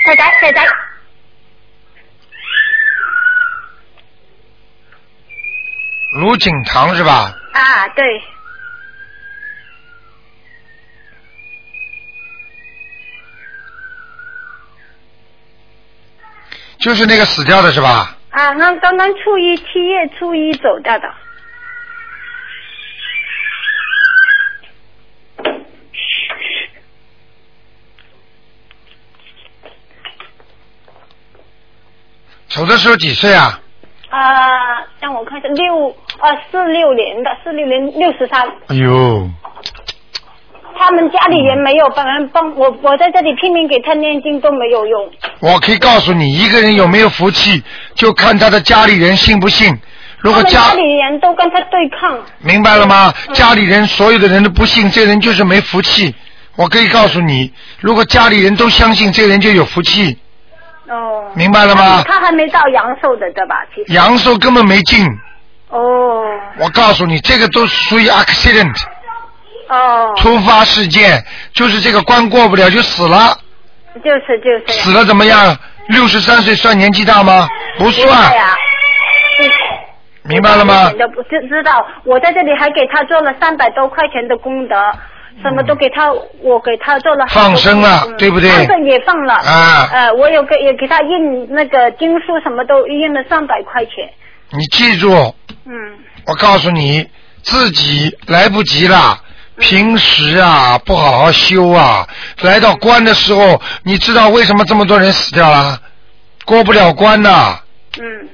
S10: 仔仔仔仔，
S1: 卢景堂是吧？
S10: 啊，对，
S1: 就是那个死掉的是吧？
S10: 啊，刚刚刚初一七月初一走掉的，
S1: 走的时候几岁啊？
S10: 啊，让我看一下六啊四六年的四六年六十三。
S1: 哎呦，
S10: 他们家里人没有帮人帮我，我在这里拼命给他念经都没有用。
S1: 我可以告诉你，一个人有没有福气，就看他的家里人信不信。如果
S10: 他们
S1: 家
S10: 家里嗯人都跟他对抗。
S1: 明白了吗？家里人所有的人都不信，这人就是没福气。我可以告诉你，如果家里人都相信，这人就有福气。
S10: 哦。
S1: 明白了吗
S10: 他还没到阳寿的对吧？其实。
S1: 阳寿根本没进。
S10: 哦
S1: 我告诉你，这个都属于 accident
S10: 哦，
S1: 突发事件，就是这个关过不了就死了，
S10: 就是就是。
S1: 死了怎么样？六十三岁算年纪大吗？不算
S10: 对，呀、是
S1: 明白了吗
S10: 一？点都不知知道，我在这里还给他做了三百多块钱的功德，什么都给他，我给他做了很多
S1: 放生了
S10: 嗯
S1: 对不对
S10: 放生也放了，
S1: 啊
S10: 呃，我有给也给他印那个经书，什么都印了三百块钱，
S1: 你记住，
S10: 嗯，
S1: 我告诉你，自己来不及了。
S10: 嗯
S1: 平时啊，不好好修啊，来到关的时候，你知道为什么这么多人死掉了？过不了关呐、
S10: 嗯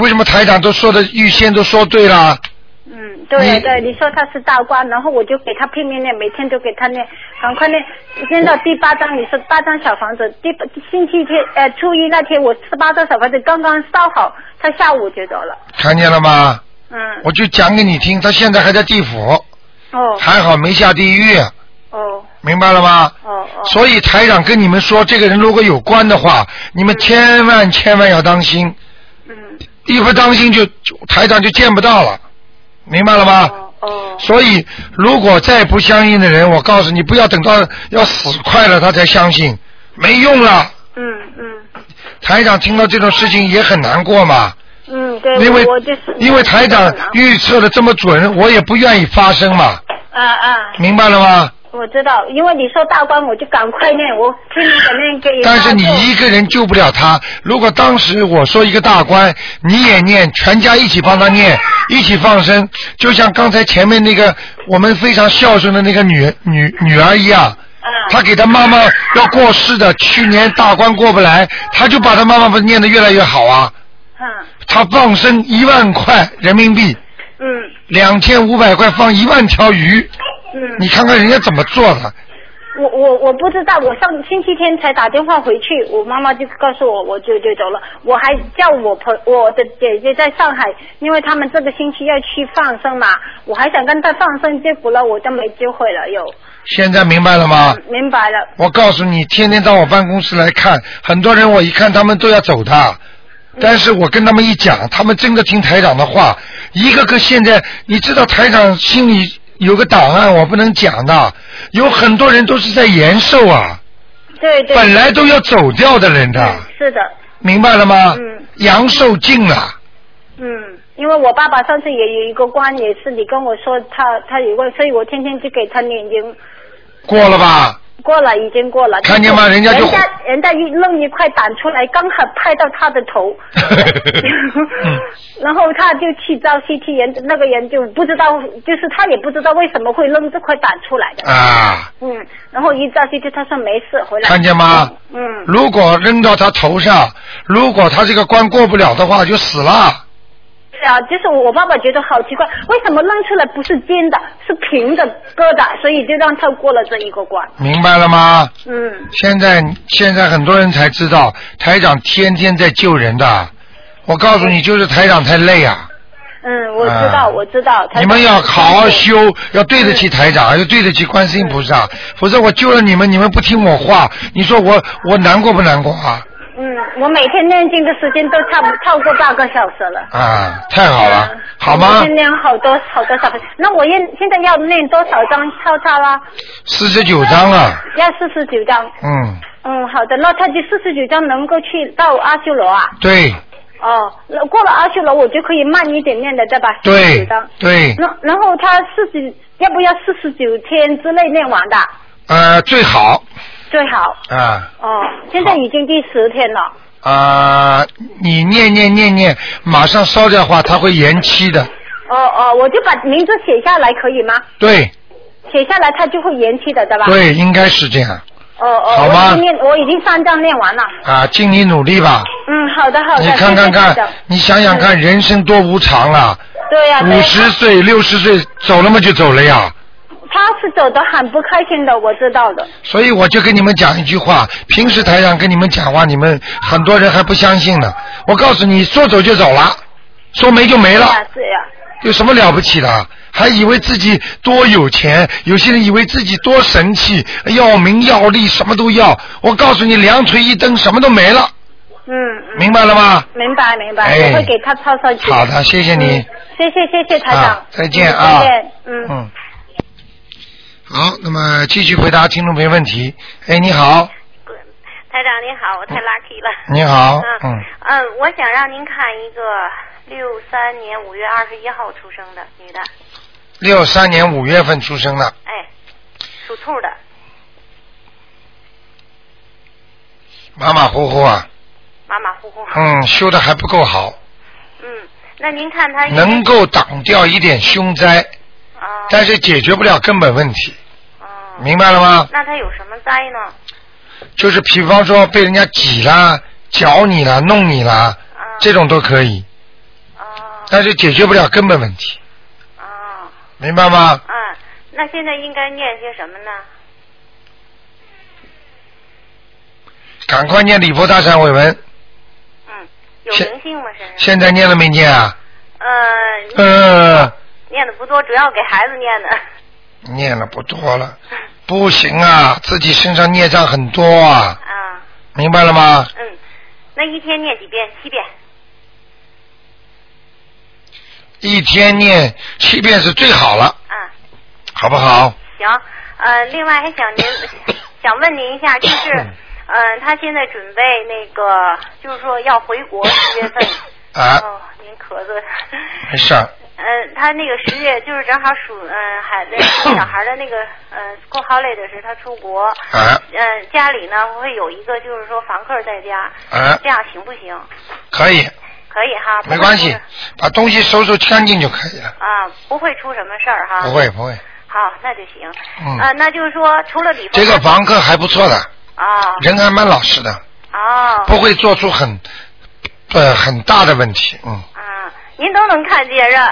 S1: 为什么台长都说的预先都说对了？
S10: 嗯，对对，你说他是大官，然后我就给他拼命念，每天都给他念，赶快念。现在第八章，你说八章小房子，第八星期天呃初一那天，我十八张小房子刚刚烧好，他下午就走了，
S1: 看见了吗？
S10: 嗯，
S1: 我就讲给你听，他现在还在地府，
S10: 哦
S1: 还好没下地狱，
S10: 哦
S1: 明白了吗？
S10: 哦哦，
S1: 所以台长跟你们说，这个人如果有关的话，你们千万千万要当心，
S10: 嗯。
S1: 一不当心就就台长就见不到了，明白了吗？
S10: 哦
S1: 所以，如果再不相信的人，我告诉你，不要等到要死快了他才相信，没用了。
S10: 嗯嗯
S1: 台长听到这种事情也很难过嘛，
S10: 嗯，对，
S1: 因为
S10: 我我就是
S1: 因为台长预测的这么准，我也不愿意发生嘛，
S10: 啊啊，
S1: 明白了吗？
S10: 我知道，因为你说大关，我就赶快念，我拼命的念给。
S1: 但是你一个人救不了他。如果当时我说一个大官，你也念，全家一起帮他念，一起放生，就像刚才前面那个我们非常孝顺的那个女女女儿一样，她给她妈妈要过世的，去年大官过不来，她就把她妈妈不是念得越来越好啊。她放生一万块人民币，
S10: 嗯
S1: 两千五百块放一万条鱼，
S10: 嗯。
S1: 你看看人家怎么做的。
S10: 我我我不知道，我上星期天才打电话回去，我妈妈就告诉我，我就就走了。我还叫我朋我的姐姐在上海，因为他们这个星期要去放生嘛，我还想跟她放生，结果呢我都没机会了又。
S1: 现在明白了吗？
S10: 嗯明白了，
S1: 我告诉你，天天到我办公室来看，很多人我一看他们都要走的，
S10: 嗯
S1: 但是我跟他们一讲，他们真的听台长的话，一个个现在你知道台长心里有个档案，我不能讲的，有很多人都是在延寿啊，
S10: 对对。
S1: 本来都要啊走掉的人的，
S10: 是的，
S1: 明白了吗？
S10: 嗯
S1: 阳寿尽了，
S10: 嗯，因为我爸爸上次也有一个关，也是你跟我说他他有个，所以我天天就给他念经。
S1: 过了吧？
S10: 过了，已经过了。
S1: 看见吗人家就
S10: 人家人家一弄一块胆出来，刚好拍到他的头，然后他就去照 CT 研，那个人就不知道，就是他也不知道为什么会弄这块胆出来的。
S1: 啊，
S10: 嗯，然后一照 CT，他说没事，回来。
S1: 看见吗？
S10: 嗯？嗯，
S1: 如果扔到他头上，如果他这个关过不了的话，就死了。
S10: 对啊，就是我我爸爸觉得好奇怪，为什么弄出来不是尖的，是平的疙瘩，所以就让他过了这一个关。
S1: 明白了吗？
S10: 嗯，
S1: 现在现在很多人才知道，台长天天在救人的。我告诉你，就是台长太累啊！
S10: 嗯，我知道，
S1: 啊
S10: 我知道。他嗯
S1: 你们要好好修，要对得起台长，要对得起观世音菩萨，否则我救了你们，你们不听我话，你说我我难过不难过啊？
S10: 嗯，我每天念经的时间都差不超过半个小时了。
S1: 啊，太好了，好
S10: 我
S1: 吗
S10: 今？念好多好多小朋友那我念现在要念多少张超他啦？
S1: 四十九章了，
S10: 要四十九张。
S1: 嗯，
S10: 嗯，好的，那他就四十九张能够去到阿修罗啊？
S1: 对，
S10: 哦，那过了阿修罗我就可以慢一点念的，对吧？
S1: 对
S10: 49张。
S1: 对
S10: 然然后他四十要不要四十九天之内念完的
S1: 呃，最好
S10: 最好？
S1: 啊。
S10: 哦，现在已经第十天了。
S1: 啊、你念念念念，马上烧掉的话，它会延期的。
S10: 哦哦，我就把名字写下来可以吗？
S1: 对
S10: 写下来他就会延期的，对吧？
S1: 对，应该是这样
S10: 哦哦，
S1: 好吗
S10: 我已经念，我已经三章念完了。
S1: 啊，尽你努力吧。
S10: 嗯，好的好的。
S1: 你看看
S10: 谢谢台长嗯
S1: 看，你想想看，人生多无常啊！
S10: 对呀、对呀
S1: 五十岁、六十岁走了嘛就走了呀。
S10: 他是走的很不开心的，我知道的。
S1: 所以我就跟你们讲一句话，平时台上跟你们讲话，你们很多人还不相信呢。我告诉你，说走就走了，说没就没了。
S10: 对呀、啊对呀、
S1: 有什么了不起的？啊还以为自己多有钱，有些人以为自己多神气，要名要利，什么都要。我告诉你，两腿一蹬，什么都没了。
S10: 嗯。嗯
S1: 明白了吗？
S10: 明白明白，
S1: 哎
S10: 我会给他抄上去。
S1: 好的，谢谢你。
S10: 嗯谢谢谢谢台长
S1: 啊。再见啊
S10: 嗯再见，嗯。
S1: 嗯。好，那么继续回答听众朋友问题。哎，你好，
S11: 台长您好，我太 lucky 了。
S1: 嗯你好，
S11: 嗯
S1: 嗯，
S11: 嗯，我想让您看一个六三年五月二十一号出生的女的，
S1: 六三年五月份出生的，
S11: 哎，属兔的，
S1: 马马虎虎啊，
S11: 马马虎虎。
S1: 嗯，修的还不够好，
S11: 嗯，那您看她应该
S1: 能够挡掉一点凶灾，但是解决不了根本问题，明白了吗？
S11: 那她有什么灾呢？
S1: 就是比方说被人家挤啦、搅你啦、弄你啦，这种都可以。但是解决不了根本问题。明白吗？
S11: 嗯，那现在应该念些什么呢？
S1: 赶快念礼佛大忏悔文，
S11: 有灵性吗？身上？
S1: 现在念了没念啊？
S11: 呃，
S1: 呃，
S11: 念的不多，主要给孩子念的。
S1: 念了不多了，不行啊，自己身上孽障很多啊。明白了吗？
S11: 嗯，那一天念几遍？七遍。
S1: 一天念七遍是最好了，
S11: 啊，
S1: 好不好？
S11: 行，呃，另外还
S1: <laughs>
S11: 想您想问您一下，就是，嗯、他现在准备那个，就是说要回国十月份。
S1: <laughs> 啊
S11: 哦，您咳嗽。
S1: 没事儿，
S11: 嗯、他那个十月就是正好属嗯孩
S1: <laughs>
S11: 子小孩的那个嗯 school holiday 时，他出国。
S1: 啊
S11: 嗯、家里呢会有一个就是说房客在家，
S1: 啊
S11: 这样行不行？
S1: 可以，
S11: 可以哈。不会
S1: 没关
S11: 出
S1: 系，把东西收拾干净就可以了，
S11: 啊，不会出什么事儿哈。
S1: 不会。不会。
S11: 好，那就行。
S1: 嗯
S11: 啊，那就是说，除了礼佛
S1: 这个房客还不错的，
S11: 啊
S1: 人还蛮老实的，
S11: 哦，
S1: 不会做出很呃很大的问题，嗯，
S11: 您都能看见是吧？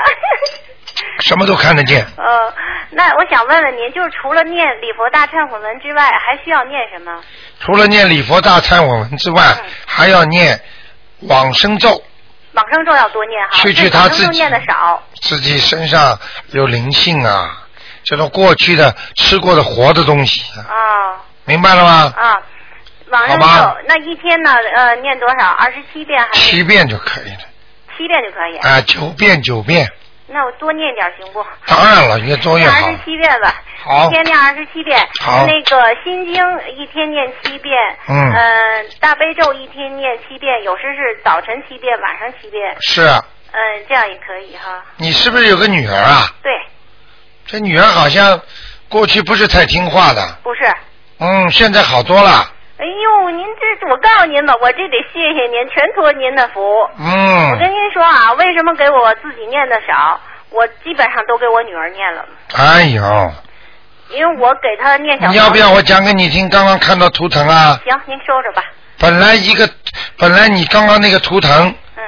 S11: <laughs>
S1: 什么都看得见。
S11: 呃，那我想问问您，就是除了念礼佛大忏悔文之外，还需要念什么？
S1: 除了念礼佛大忏悔文之外，
S11: 嗯
S1: 还要念往生咒，
S11: 往生咒要多念哈，
S1: 去去
S11: 对
S1: 他
S11: 往生
S1: 自
S11: 咒
S1: 己
S11: 念的少。
S1: 自己身上有灵性啊，这种过去的吃过的活的东西啊，
S11: 啊
S1: 明白了吗？
S11: 啊，往生
S1: 好吧
S11: 咒那一天呢？呃，念多少？二十七遍还是
S1: 七遍就可以了
S11: 七遍就可以？
S1: 啊，九遍九遍，
S11: 那我多念点儿行不？
S1: 当然了，越多越
S11: 念二
S1: 好
S11: 十。七遍吧，
S1: 好
S11: 一天念二十七遍。
S1: 好
S11: 那个心经一天念七遍。
S1: 嗯
S11: 呃大悲咒一天念七遍，有时是早晨七遍，晚上七遍。
S1: 是啊
S11: 嗯、这样也可以哈。
S1: 你是不是有个女儿啊？
S11: 对，
S1: 这女儿好像过去不是太听话的，
S11: 不是。
S1: 嗯，现在好多了，
S11: 哎呦，您这我告诉您吧，我这得谢谢您，全托您的福。我
S1: 嗯，
S11: 跟您说啊，为什么给我自己念的少？我基本上都给我女儿念了，
S1: 哎呦，
S11: 因为我给她念小。
S1: 你要不要我？讲给你听？刚刚看到图腾啊，
S11: 行，您说说吧。
S1: 本来一个，本来你刚刚那个图腾，
S11: 嗯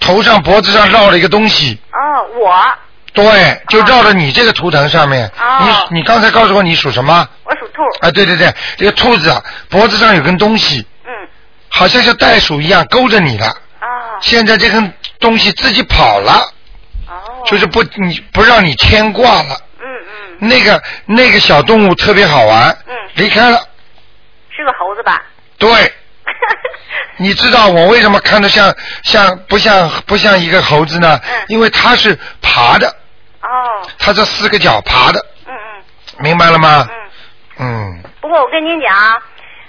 S1: 头上脖子上绕了一个东西，
S11: 哦，我
S1: 对，就绕着你这个图腾上面。
S11: 哦
S1: 你你刚才告诉我你属什么？
S11: 我属兔。
S1: 啊，对对对，这个兔子啊，脖子上有根东西，
S11: 嗯，
S1: 好像像袋鼠一样勾着你了。
S11: 哦。
S1: 现在这根东西自己跑了。哦。就是不你不让你牵挂了。嗯嗯。那个那个小动物特别好玩。嗯。离开了，
S11: 是个猴子吧？ <laughs>
S1: 对。你知道我为什么看着像像不像不像一个猴子呢？因为它是爬的。
S11: 嗯哦。
S1: 它这四个脚爬的。
S11: 嗯嗯。
S1: 明白了吗？嗯。
S11: 不过我跟您讲啊，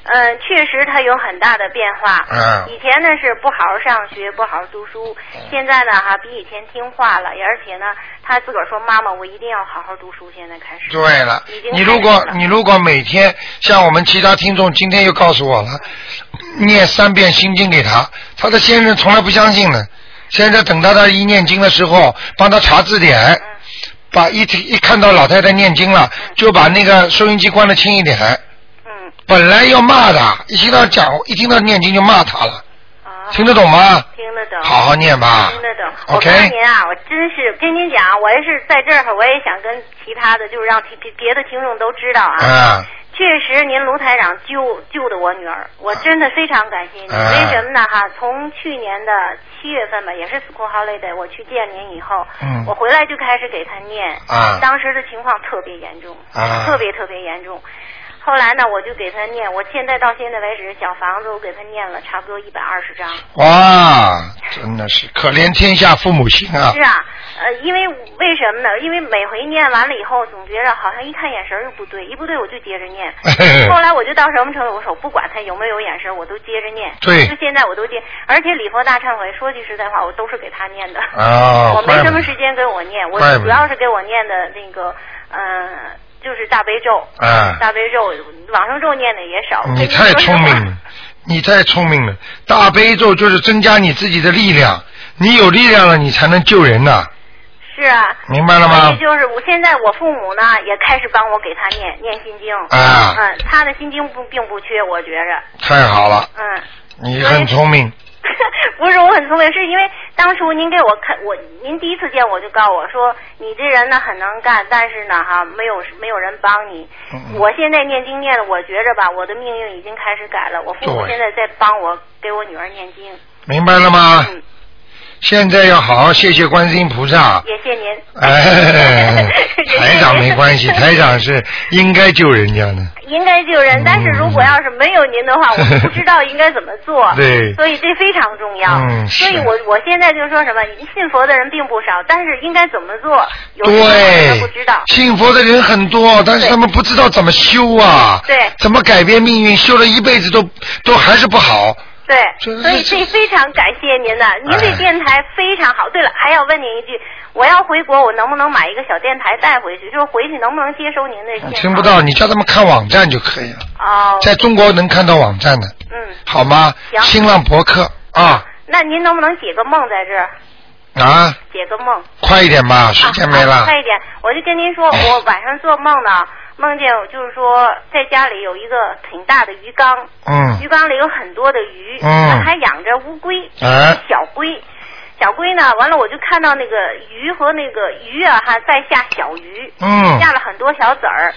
S11: 嗯，确实他有很大的变化。
S1: 嗯
S11: 以前呢是不好好上学，不好好读书，现在呢哈比以前听话了，也而且呢他自个儿说妈妈，我一定要好好读书，现在开始。
S1: 对了
S11: 已经，
S1: 你如
S11: 开
S1: 果
S11: 始了
S1: 你如果每天像我们其他听众今天又告诉我了，念三遍心经给他，他的先生从来不相信的。现在等到他一念经的时候，帮他查字
S11: 嗯
S1: 典，把一听一看到老太太念经了，就把那个收音机关的轻一点。嗯。本来要骂的，一听到讲，一听到念经就骂他了。
S11: 啊
S1: 听得懂吗？
S11: 听得懂，
S1: 好好念吧
S11: 听得懂。我
S1: OK
S11: 告诉您啊，我真是跟您讲，我也是在这儿，我也想跟其他的，就是让别别的听众都知道啊。
S1: 啊，
S11: 确实，您卢台长救救的我女儿，我真的非常感谢您。
S1: 啊
S11: 为什么呢？哈，从去年的七月份吧，也是 school holiday，我去见您以后，
S1: 嗯
S11: 我回来就开始给她念，
S1: 啊
S11: 当时的情况特别严重，
S1: 啊
S11: 特别特别严重。后来呢，我就给她念，我现在到现在为止，小房子我给她念了差不多一百二十张。
S1: 哇，真的是可怜天下父母心啊。
S11: 是！啊，呃，因为为什么呢？因为每回念完了以后，总觉着好像一看眼神儿就不对，一不对我就接着念后来我就到什么程度，我说我不管他有没有眼神，我都接着念。
S1: 对
S11: 就现在我都接，而且礼佛大忏悔，说句实在话，我都是给他念的。
S1: 哦
S11: 我没
S1: 怪不
S11: 什么
S1: 得
S11: 时间给我念，我
S1: 怪不得
S11: 主要是给我念的那个，嗯、就是大悲咒。
S1: 啊
S11: 大悲咒，往生咒念的也少。
S1: 嗯你
S11: 跟
S1: 太
S11: 哎说实
S1: 聪
S11: 话
S1: 明了，你太聪明了。大悲咒就是增加你自己的力量，你有力量了，你才能救人呐、
S11: 是啊，
S1: 明白了吗
S11: 所以就是我现在我父母呢也开始帮我给他念念心经，
S1: 啊
S11: 嗯，他的心经不并不缺，我觉着，
S1: 太好了，
S11: 嗯， <laughs>
S1: 你很聪明。
S11: 不是我很聪明，是因为当初您给我看我您第一次见我就告我说你这人呢很能干，但是呢哈没有没有人帮你，
S1: 嗯
S11: 我现在念经念的，我觉着吧我的命运已经开始改了，我父母
S1: 对
S11: 现在在帮我给我女儿念经，
S1: 明白了吗？
S11: 嗯
S1: 现在要好好谢谢观世音菩萨。
S11: 也谢您，
S1: 啊
S11: <laughs>
S1: 哎，
S11: 也谢
S1: 台长
S11: 您
S1: 没关
S11: <laughs>
S1: 系，台长是应该救人家的。。
S11: 应该救人，但是如果要是没有您的话，我们不知道应该怎么做
S1: <laughs> 对
S11: 所以这非常重要。
S1: 嗯是
S11: 所以我我现在就说什么，信佛的人并不少，但是应该怎么做，有时候我们都不
S1: 对
S11: 知道，。
S1: 信佛的人很多，但是他们不知道怎么修啊，
S11: 对
S1: 怎么改变命运，修了一辈子都都还是不好。
S11: 对，所以这非常感谢您呐，您
S1: 哎
S11: 这电台非常好。对了，还要问您一句，我要回国，我能不能买一个小电台带回去？就是回去能不能接收您的现场？
S1: 嗯啊听不到，你叫他们看网站就可以了。
S11: 哦，
S1: 在中国能看到网站的，
S11: 嗯，
S1: 好吗？
S11: 行
S1: 新浪博客啊
S11: 那您能不能解个梦在这儿？
S1: 啊，
S11: 解个梦。
S1: 快一点吧，时间没
S11: 啊
S1: 了。哎
S11: 快一点，我就跟您说，我晚上做梦呢，梦见我就是说在家里有一个挺大的鱼缸，
S1: 嗯
S11: 鱼缸里有很多的鱼，
S1: 嗯
S11: 还养着乌龟，
S1: 哎
S11: 小龟。小龟呢，完了我就看到那个鱼和那个鱼啊，还在下小鱼，
S12: 嗯
S11: 下了很多小籽儿。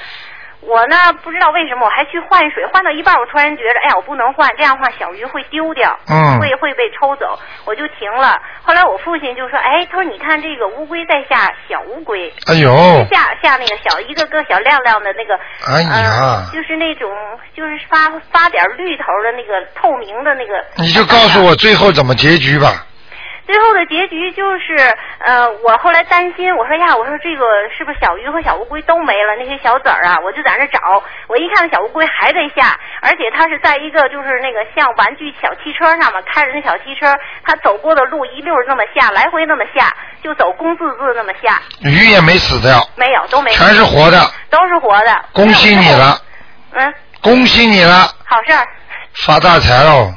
S11: 我呢不知道为什么我还去换水，换到一半我突然觉得，哎呀，我不能换，这样的话小鱼会丢掉，
S12: 嗯
S11: 会会被抽走，我就停了。后来我父亲就说，哎，他说你看这个乌龟在下小乌龟，
S1: 哎呦
S11: 下下那个小一个个小亮亮的那个，
S1: 哎呀
S11: 呃就是那种就是发发点绿头的那个透明的那个，
S1: 你就告诉我最后怎么结局吧。
S11: 最后的结局就是，呃，我后来担心，我说呀，我说这个是不是小鱼和小乌龟都没了那些小籽儿啊？我就在那儿找，我一看小乌龟还在下，而且它是在一个就是那个像玩具小汽车上面开着那小汽车，它走过的路一溜儿那么下，来回那么下，就走工字字那么下，
S1: 鱼也没死掉，
S11: 没有都没有，
S1: 全是活的
S11: 都是活的。
S1: 恭喜你了，
S11: 嗯，
S1: 恭喜你了，
S11: 好事儿，
S1: 发大财喽！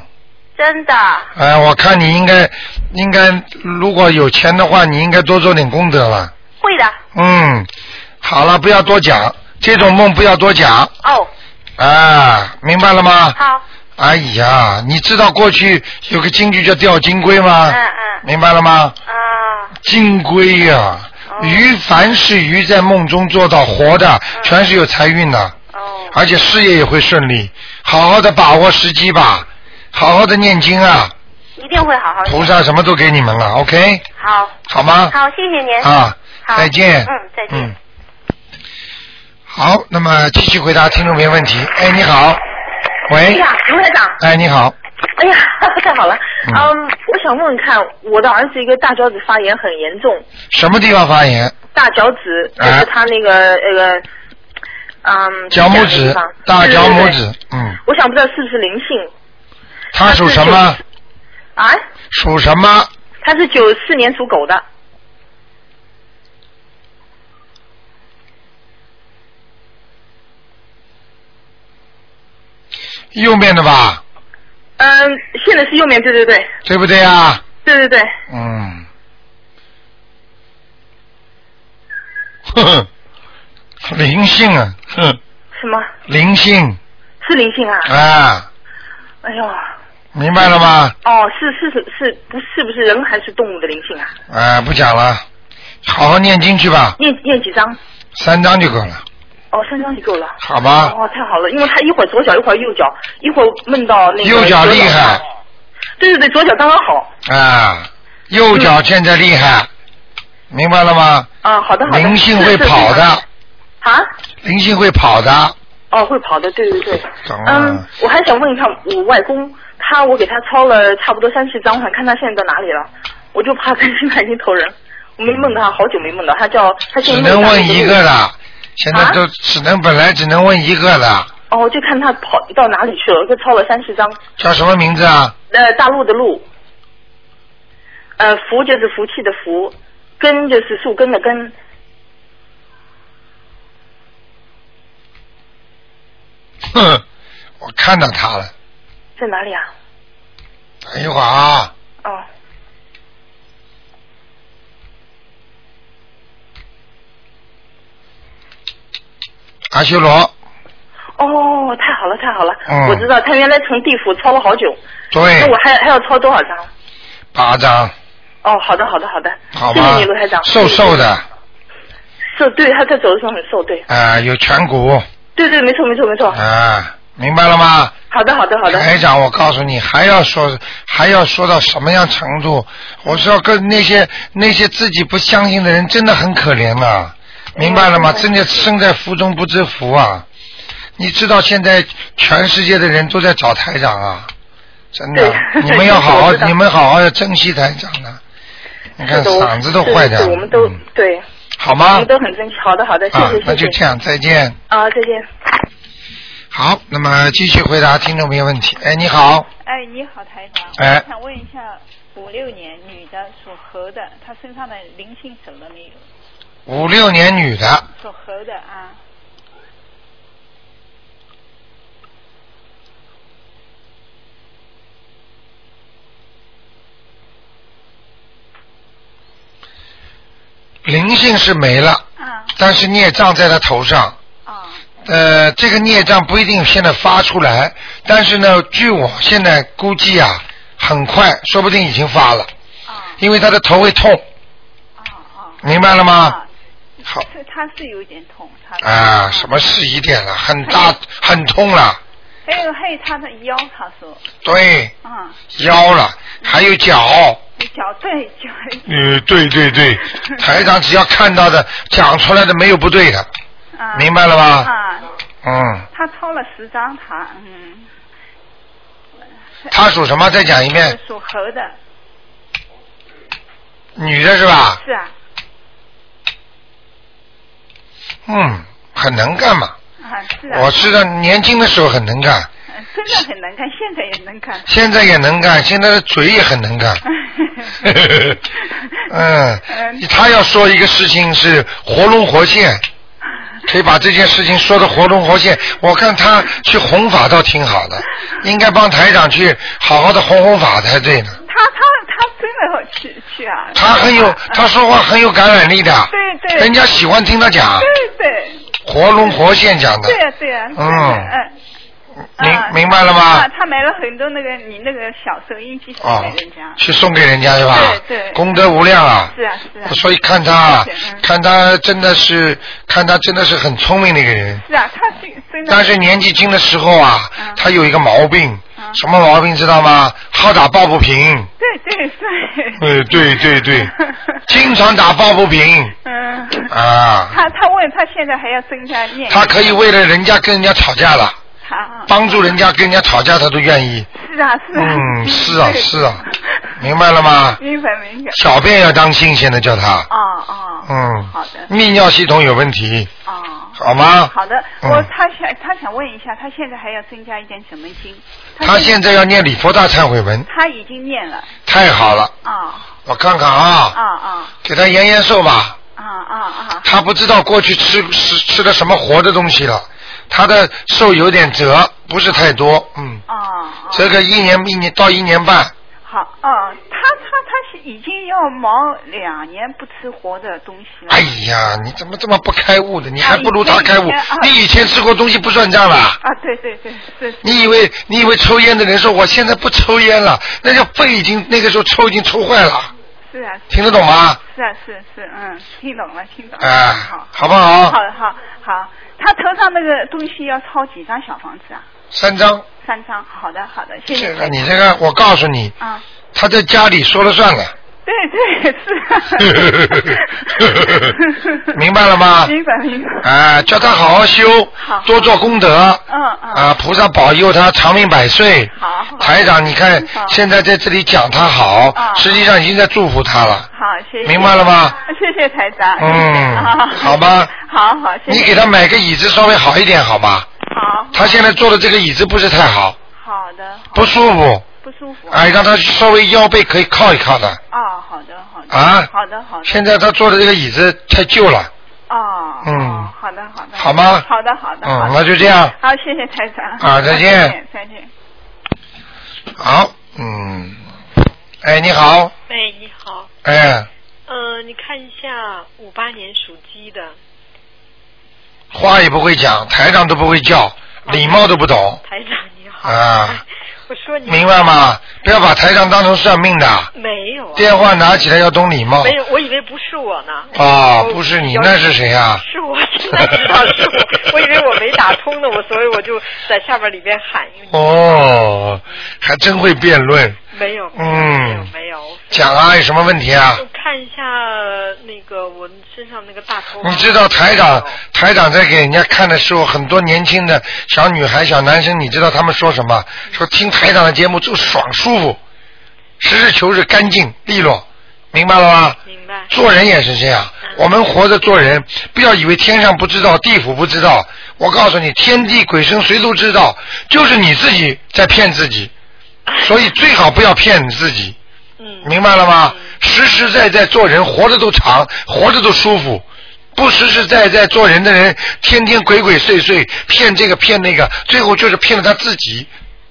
S11: 真的，
S1: 哎，我看你应该应该，如果有钱的话，你应该多做点功德了。
S11: 会的。
S1: 嗯，好了，不要多讲，这种梦不要多讲。
S11: 哦。
S1: 啊，明白了吗？
S11: 好。
S1: 哎呀，你知道过去有个京剧叫吊金龟吗？
S11: 嗯嗯。
S1: 明白了吗？
S11: 啊。哦
S1: 金龟呀、鱼凡是鱼在梦中做到活的，
S11: 嗯
S1: 全是有财运的。哦。而且事业也会顺利，好好的把握时机吧，好好的念经啊，
S11: 一定会好好。
S1: 菩萨什么都给你们了，OK？
S11: 好。
S1: 好吗
S11: 好，谢谢您。
S1: 啊
S11: 好，
S1: 再见
S11: 嗯，再见。
S1: 嗯。好，那么继续回答听众朋友问题。哎，你好，
S13: 哎
S1: 喂，
S13: 呀，卢台长，
S1: 哎，你好，
S13: 哎呀， <laughs> 太好了，嗯，我想问问看，我的儿子一个大脚趾发炎很严重，
S1: 什么地方发炎？
S13: 大脚趾
S1: 啊
S13: 就是他那个那个，嗯，
S1: 脚拇指，大脚拇，
S13: 对对对
S1: 指，嗯，
S13: 我想不知道是不是灵性
S1: 他属什么？
S13: 啊？
S1: 属什么？
S13: 他是九四年属狗的，
S1: 右面的吧，
S13: 嗯，现在是右面，对对对，
S1: 对不对啊？
S13: 对对对，
S1: 嗯，呵呵，灵性啊，哼，
S13: 什么
S1: 灵性
S13: 是灵性啊？
S1: 啊，
S13: 哎呦，
S1: 明白了吗？
S13: 哦，是是是是不是不是人还是动物的灵性啊？
S1: 啊，不讲了，好好念经去吧，
S13: 念念几张？
S1: 三章就够了，
S13: 哦，三张就够了。
S1: 好吧？
S13: 哦，太好了，因为他一会儿左脚，一会儿右脚，一会儿梦到那个
S1: 右脚厉害。
S13: 对对对，左脚刚刚好。
S1: 啊，右脚现在厉害，明白了吗？
S13: 啊，好的好的。
S1: 灵性会跑
S13: 是。是
S1: 的，
S13: 是啊？
S1: 灵性会跑的，
S13: 哦，会跑的，对对对。
S1: 懂
S13: 嗯
S1: 了？，
S13: 我还想问一下我外公，他我给他抄了差不多三十张，我想看他现在到哪里了，我就怕担心他已经投人。我没梦到他，好久没梦到他叫他现
S1: 只
S13: 在
S1: 能
S13: 梦到那
S1: 问一个
S13: 路
S1: 的，现
S13: 啊
S1: 在都只能本来只能问一个的，
S13: 哦，就看他跑到哪里去了，就抄了三十张。
S1: 叫什么名字啊？
S13: 呃，大陆的陆，呃，福就是福气的福，根就是树根的根，
S1: 哼，我看到他了，
S13: 在哪里啊？
S1: 等一会儿啊，
S13: 哦，
S1: 阿修罗，
S13: 哦，太好了，太好了，
S1: 嗯
S13: 我知道他原来从地府抄了好久，
S1: 对
S13: 那我，还还要抄多少张？
S1: 八张，
S13: 哦，好的，好的，好的，
S1: 好
S13: 谢
S1: 吧
S13: 谢你，卢台长，
S1: 瘦瘦的，
S13: 瘦，对，他在走的时候很瘦，对，
S1: 啊，有颧骨，
S13: 对对，没错，没错，没错，
S1: 啊，明白了吗？
S13: 好的，好的，好的，
S1: 台长，我告诉你，还要说，还要说到什么样程度？我说跟那些那些自己不相信的人，真的很可怜呐、啊明白了
S13: 嗯
S1: 吗？真的身在福中不知福啊！你知道现在全世界的人都在找台长
S13: <laughs>
S1: 啊，真的，
S13: 对
S1: 你们
S2: <laughs>
S1: 要好好，
S13: 我知道
S1: 你们好好的珍惜台长呢、你看
S13: 是的我
S1: 嗓子都坏掉
S13: 是是我
S1: 了，
S13: 们都对，
S1: 嗯好吗
S13: 我们都很珍惜，好的，好的，谢
S1: 啊
S13: 谢，谢谢，
S1: 那就这样，再见。
S13: 啊，再见。
S1: 好，那么继续回答听众朋友问题。 <laughs> 哎，你好，
S14: 哎，你好，台长。
S1: 哎
S14: 我想问一下，五六年女的属猴的，她身上的灵性走了没有？
S1: 五六年女的。
S14: 属猴的啊，
S1: 灵性是没了，但是孽障在他头上。呃，这个孽障不一定现在发出来，但是呢，据我现在估计啊，很快，说不定已经发了。因为他的头会痛。明白了吗？好
S14: 是他是有点痛，他
S1: 啊，什么是一点了？很大，很痛了，
S14: 还有还有他的腰，他说，
S1: 对，
S14: 嗯，
S1: 腰了，还有脚。
S14: 脚对脚，
S1: 呃，对对对，台长只要看到的、讲出来的没有不对的，
S14: 啊，
S1: 明白了吧
S14: 啊，
S1: 嗯，
S14: 他抄了十张他，嗯。
S1: 他属什么再讲一遍
S14: 属猴的。
S1: 女的是吧？
S14: 是啊，
S1: 嗯，很能干嘛。
S14: 啊是啊。
S1: 我知道年轻的时候很能干，
S14: 嗯真的很能干，现在也能干。
S1: 现在也能干，现在的嘴也很能
S14: <laughs>
S1: 干。嗯，他要说一个事情是活龙活现，可以把这件事情说的活龙活现。我看他去弘法倒挺好的，应该帮台长去好好的弘弘法才对呢。
S14: 他他他真的会去去啊！
S1: 他很有，他说话很有感染力的，
S14: 对对。
S1: 人家喜欢听他讲
S14: 对对。
S1: 活龙活现讲的
S14: 对。呀对呀。
S1: 嗯
S14: 嗯。
S1: 明明白了吗
S14: 啊？，他买了很多那个你那个小收音机送
S1: 哦
S14: 给人家，。
S1: 去送给人家是吧？
S14: 对对。
S1: 功德无量啊！
S14: 是啊是啊。
S1: 所以看他
S14: 对嗯，
S1: 看他真的是，看他真的是很聪明的一个人。
S14: 是啊，他是真的。
S1: 但是年纪轻的时候啊，
S14: 嗯
S1: 他有一个毛病，什么毛病知道吗？好打抱不
S14: <laughs>
S1: 平，
S14: 对对对。
S1: 呃，对对对，经常打抱不
S14: <laughs>
S1: 平
S14: 嗯。
S1: 啊。
S14: 他他问他现在还要增加念。
S1: 他可以为了人家跟人家吵架了，
S14: 他
S1: 帮助人家跟人家吵架，他都愿意。
S14: 是啊是啊。
S1: 嗯，是啊
S14: 对
S1: 是。
S14: <laughs>
S1: 啊，明白了吗？
S14: 明白明白。 <laughs>
S1: 小便要当心，现在叫他。
S14: 哦哦。
S1: 嗯，
S14: 好的。
S1: 泌尿系统有问题，
S14: 哦。
S1: 好吗？
S14: 好的，
S1: 嗯
S14: 我他想他想问一下，他现在还要增加一点什么经？
S1: 他现在要念礼佛大忏悔文，
S14: 他已经念了。
S1: 太好了，
S14: 啊
S1: 我看看
S14: 啊
S1: 啊，
S14: 啊
S1: 给他延延寿吧。
S14: 啊啊啊！
S1: 他不知道过去吃吃吃了什么活的东西了，他的寿有点折，不是太多，嗯。
S14: 哦
S1: 这个一年一年到一年半，
S14: 好哦，他他他是已经要忙两年不吃活的东西了。
S1: 哎呀，你怎么这么不开悟的？你还不如他开悟
S14: 啊以前以前啊。
S1: 你以前吃过东西不算账啦。
S14: 啊，对对对，是
S1: 你以为你以为抽烟的人说我现在不抽烟了，那叫肺已经那个时候抽已经抽坏了。
S14: 是啊。
S1: 听得懂吗？
S14: 是啊，是是，嗯，听懂了，听懂了。
S1: 哎
S14: 好，
S1: 好不好
S14: 好好好，他头上那个东西要抄几张小房子啊？
S1: 三张，
S14: 三张，好的好的，谢谢
S1: 这
S14: 台长。
S1: 个你这个，我告诉你，
S14: 啊，
S1: 他在家里说了算
S14: <laughs>
S1: 了，。
S14: 对对是
S1: 明白了吗
S14: 明白明白。
S1: 啊，叫他好好修
S14: 好，
S1: 多做功德，
S14: 嗯嗯。
S1: 啊，菩萨保佑他长命百岁。
S14: 好。啊
S1: 台长，你看现在在这里讲他好，实际上已经在祝福他了。
S14: 好，谢谢。
S1: 明白了吗？
S14: <laughs> 谢谢台长。
S1: 嗯
S14: 谢谢 <laughs> 啊
S1: 好吧。
S14: 好好，谢谢。
S1: 你给他买个椅子稍微好一点好吗？
S14: 好。
S1: 他现在坐的这个椅子不是太好，
S14: 好的。
S1: 不舒服。
S14: 不舒服。
S1: 哎，让他稍微腰背可以靠一靠的。
S14: 哦，好的好的。
S1: 啊
S14: 好的好的。
S1: 现在他坐的这个椅子太旧了。
S14: 哦。
S1: 嗯
S14: 好的好的。
S1: 好吗
S14: 好的好的。
S1: 嗯
S14: 好的
S1: 那就这样
S14: 好，谢谢台长。
S1: 啊再见
S14: 再见。
S1: 好，嗯，哎，你好，
S12: 喂，你好，
S1: 哎，
S12: 呃，你看一下五八年属鸡的，
S1: 话也不会讲，台长都不会
S14: 哦
S1: 叫，礼貌都不懂
S12: 台长你好，
S1: 啊，
S12: 我说你
S1: 明白吗？不要把台长当成算命的，
S12: 没有、啊，
S1: 电话拿起来要懂礼貌
S12: 没有，我以为不是我呢，
S1: 啊，
S12: 我
S1: 不是你
S12: 有
S1: 那是谁啊？
S12: 是我，现在知道是我，我 <laughs> 以为我没打通呢，我所以我就在下边里边喊，因为
S1: 哦，还真会辩论，
S12: 没有，没有
S1: 嗯，
S12: 没有，
S1: 讲啊，有什么问题啊？
S12: 我看一下那个我身上那个大头发，
S1: 你知道台长台长在给人家看的时候，很多年轻的小女孩、小男生，你知道他们说什么？说听台长的节目就爽舒服，实事求是、干净利落，明白了吗？
S12: 明白。嗯
S1: 做人也是这样，我们活着做人，不要以为天上不知道，地府不知道。我告诉你，天地鬼神谁都知道，就是你自己在骗自
S12: <laughs>
S1: 己，所以最好不要骗你自己。
S12: 嗯
S1: 明白了吗？实实在在做人，活着都长，活着都舒服。不实实在在做人的人，天天鬼鬼祟祟，骗这个骗那个，最后就是骗了他自己。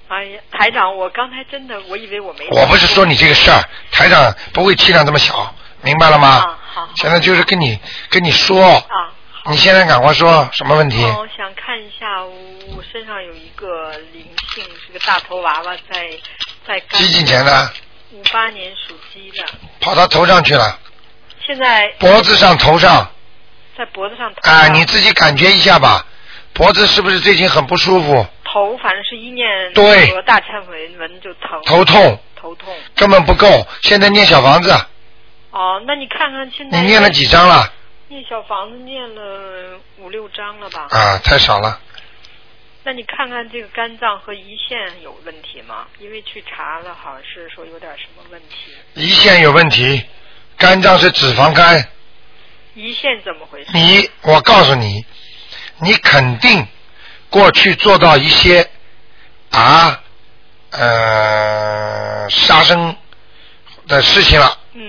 S12: 哎呀，台长，我刚才真的我以为我没打通，
S1: 我不是说你这个事儿，台长不会气量这么小，明白了吗？现在就是跟你跟你说，
S12: 啊。
S1: 你现在赶快说什么问题？
S12: 哦我想看一下，我身上有一个灵性，是个大头娃娃在在干。
S1: 几几年的？
S12: 五八年属鸡的，
S1: 跑到头上去了，
S12: 现在
S1: 脖子上、头上
S12: 在脖子上头
S1: 啊，你自己感觉一下吧，脖子是不是最近很不舒服？
S12: 头反正是一念
S1: 对
S12: 和大忏悔文就疼，
S1: 头痛
S12: 头痛。
S1: 根本不够，现在念小房子，
S12: 哦，那你看看现
S1: 你
S12: 在
S1: 念了几张了？
S12: 念小房子念了五六章了吧？
S1: 啊，太少了，
S12: 那你看看这个肝脏和胰腺有问题吗？因为去查了，好像是说有点什么问题。
S1: 胰腺有问题，肝脏是脂肪肝，
S12: 胰腺怎么回事？
S1: 你我告诉你，你肯定过去做到一些啊呃杀生的事情了，
S12: 嗯，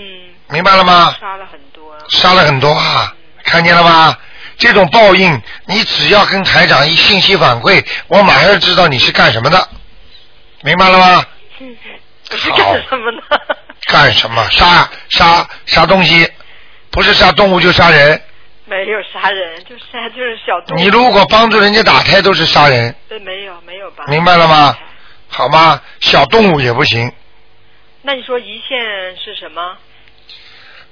S1: 明白了吗？
S12: 杀了很多。嗯
S1: 杀了很多啊，看见了吧？这种报应，你只要跟台长一信息反馈，我马上知道你是干什么的，明白了吗？
S12: 我是 <laughs> 干什么呢？
S1: 干什么？杀杀杀东西，不是杀动物就杀人。
S12: 没有杀人，就是就是小动物。
S1: 你如果帮助人家打胎都是杀人，
S12: 对，没有没有吧？
S1: 明白了吗？好吗？小动物也不行，
S12: 那你说胰腺是什么？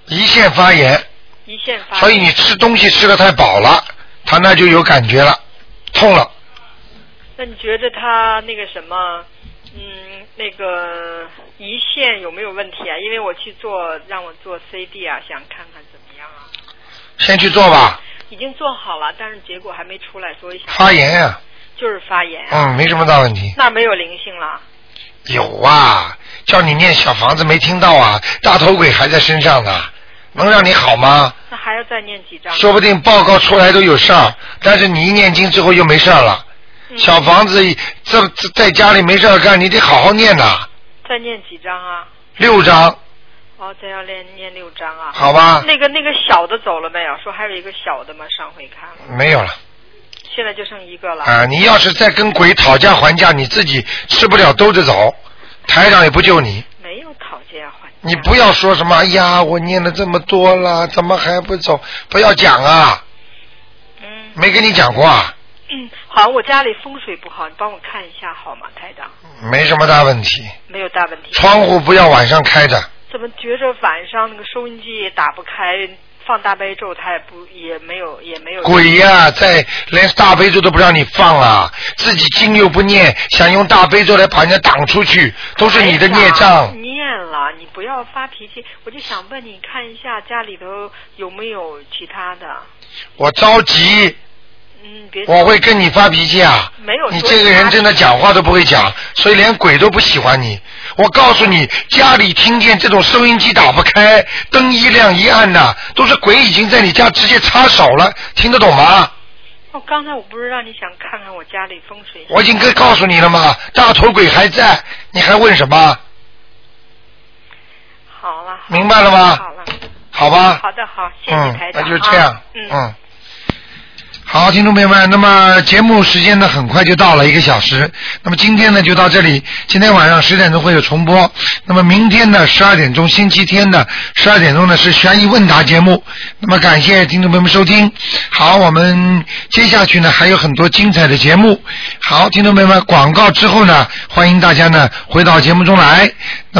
S1: 胰腺发炎，
S12: 胰腺发炎。
S1: 所以你吃东西吃的太饱了，它那就有感觉了，痛了。
S12: 那你觉得他那个什么，嗯，那个胰腺有没有问题啊？因为我去做，让我做 CD 啊，想看看怎么样啊。
S1: 先去做吧，
S12: 已经做好了，但是结果还没出来，所以想
S1: 发炎呀、
S12: 就是发炎。
S1: 嗯，没什么大问题。
S12: 那没有灵性了，
S1: 有啊，叫你念小房子没听到啊，大头鬼还在身上呢，能让你好吗？
S12: 那还要再念几张？
S1: 说不定报告出来都有事儿，但是你一念经之后又没事儿了。
S12: 嗯
S1: 小房子这这在家里没事儿干，你得好好念呐，
S12: 再念几张啊？
S1: 六章。
S12: 哦，再要念念六张啊。
S1: 好吧
S12: 那个那个小的走了没有？说还有一个小的嘛，上回看了，
S1: 没有了
S12: 现在就剩一个了。
S1: 啊！你要是再跟鬼讨价还价，你自己吃不了兜着走，台长也不救你。
S12: 没有讨价还价。
S1: 你不要说什么，哎呀，我念了这么多了，怎么还不走？不要讲啊！没跟你讲过啊，
S12: 嗯，好，我家里风水不好，你帮我看一下好吗，台长？
S1: 没什么大问题。
S12: 没有大问题。
S1: 窗户不要晚上开着，
S12: 怎么觉着晚上那个收音机也打不开，放大悲咒它也不也没有也没有。
S1: 鬼呀、在连大悲咒都不让你放啊，自己经又不念，想用大悲咒来把人家挡出去，都是你的孽
S12: 哎
S1: 障。
S12: 念了，你不要发脾气。我就想问你，看一下家里头有没有其他的？
S1: 我着急，
S12: 嗯，别。
S1: 我会跟你发脾气啊！
S12: 没有说
S1: 你这个人真的讲话都不会讲，所以连鬼都不喜欢你。我告诉你，家里听见这种收音机打不开，灯一亮一暗呐、都是鬼已经在你家直接插手了，听得懂吗？
S12: 哦，刚才我不是让你想看看我家里风水？
S1: 我已经跟告诉你了嘛，大头鬼还在，你还问什么？
S12: 好了。好了
S1: 明白了吗
S12: 好了。
S1: 好吧
S12: 好的，好，谢谢
S1: 嗯
S12: 台，长。
S1: 那就这样
S12: 啊，嗯。
S1: 嗯。好，听众朋友们，那么节目时间呢，很快就到了一个小时。那么今天呢，就到这里。今天晚上十点钟会有重播。那么明天呢，十二点钟，星期天呢，十二点钟呢是悬疑问答节目。那么感谢听众朋友们收听。好，我们接下去呢还有很多精彩的节目。好，听众朋友们，广告之后呢，欢迎大家呢回到节目中来。那么。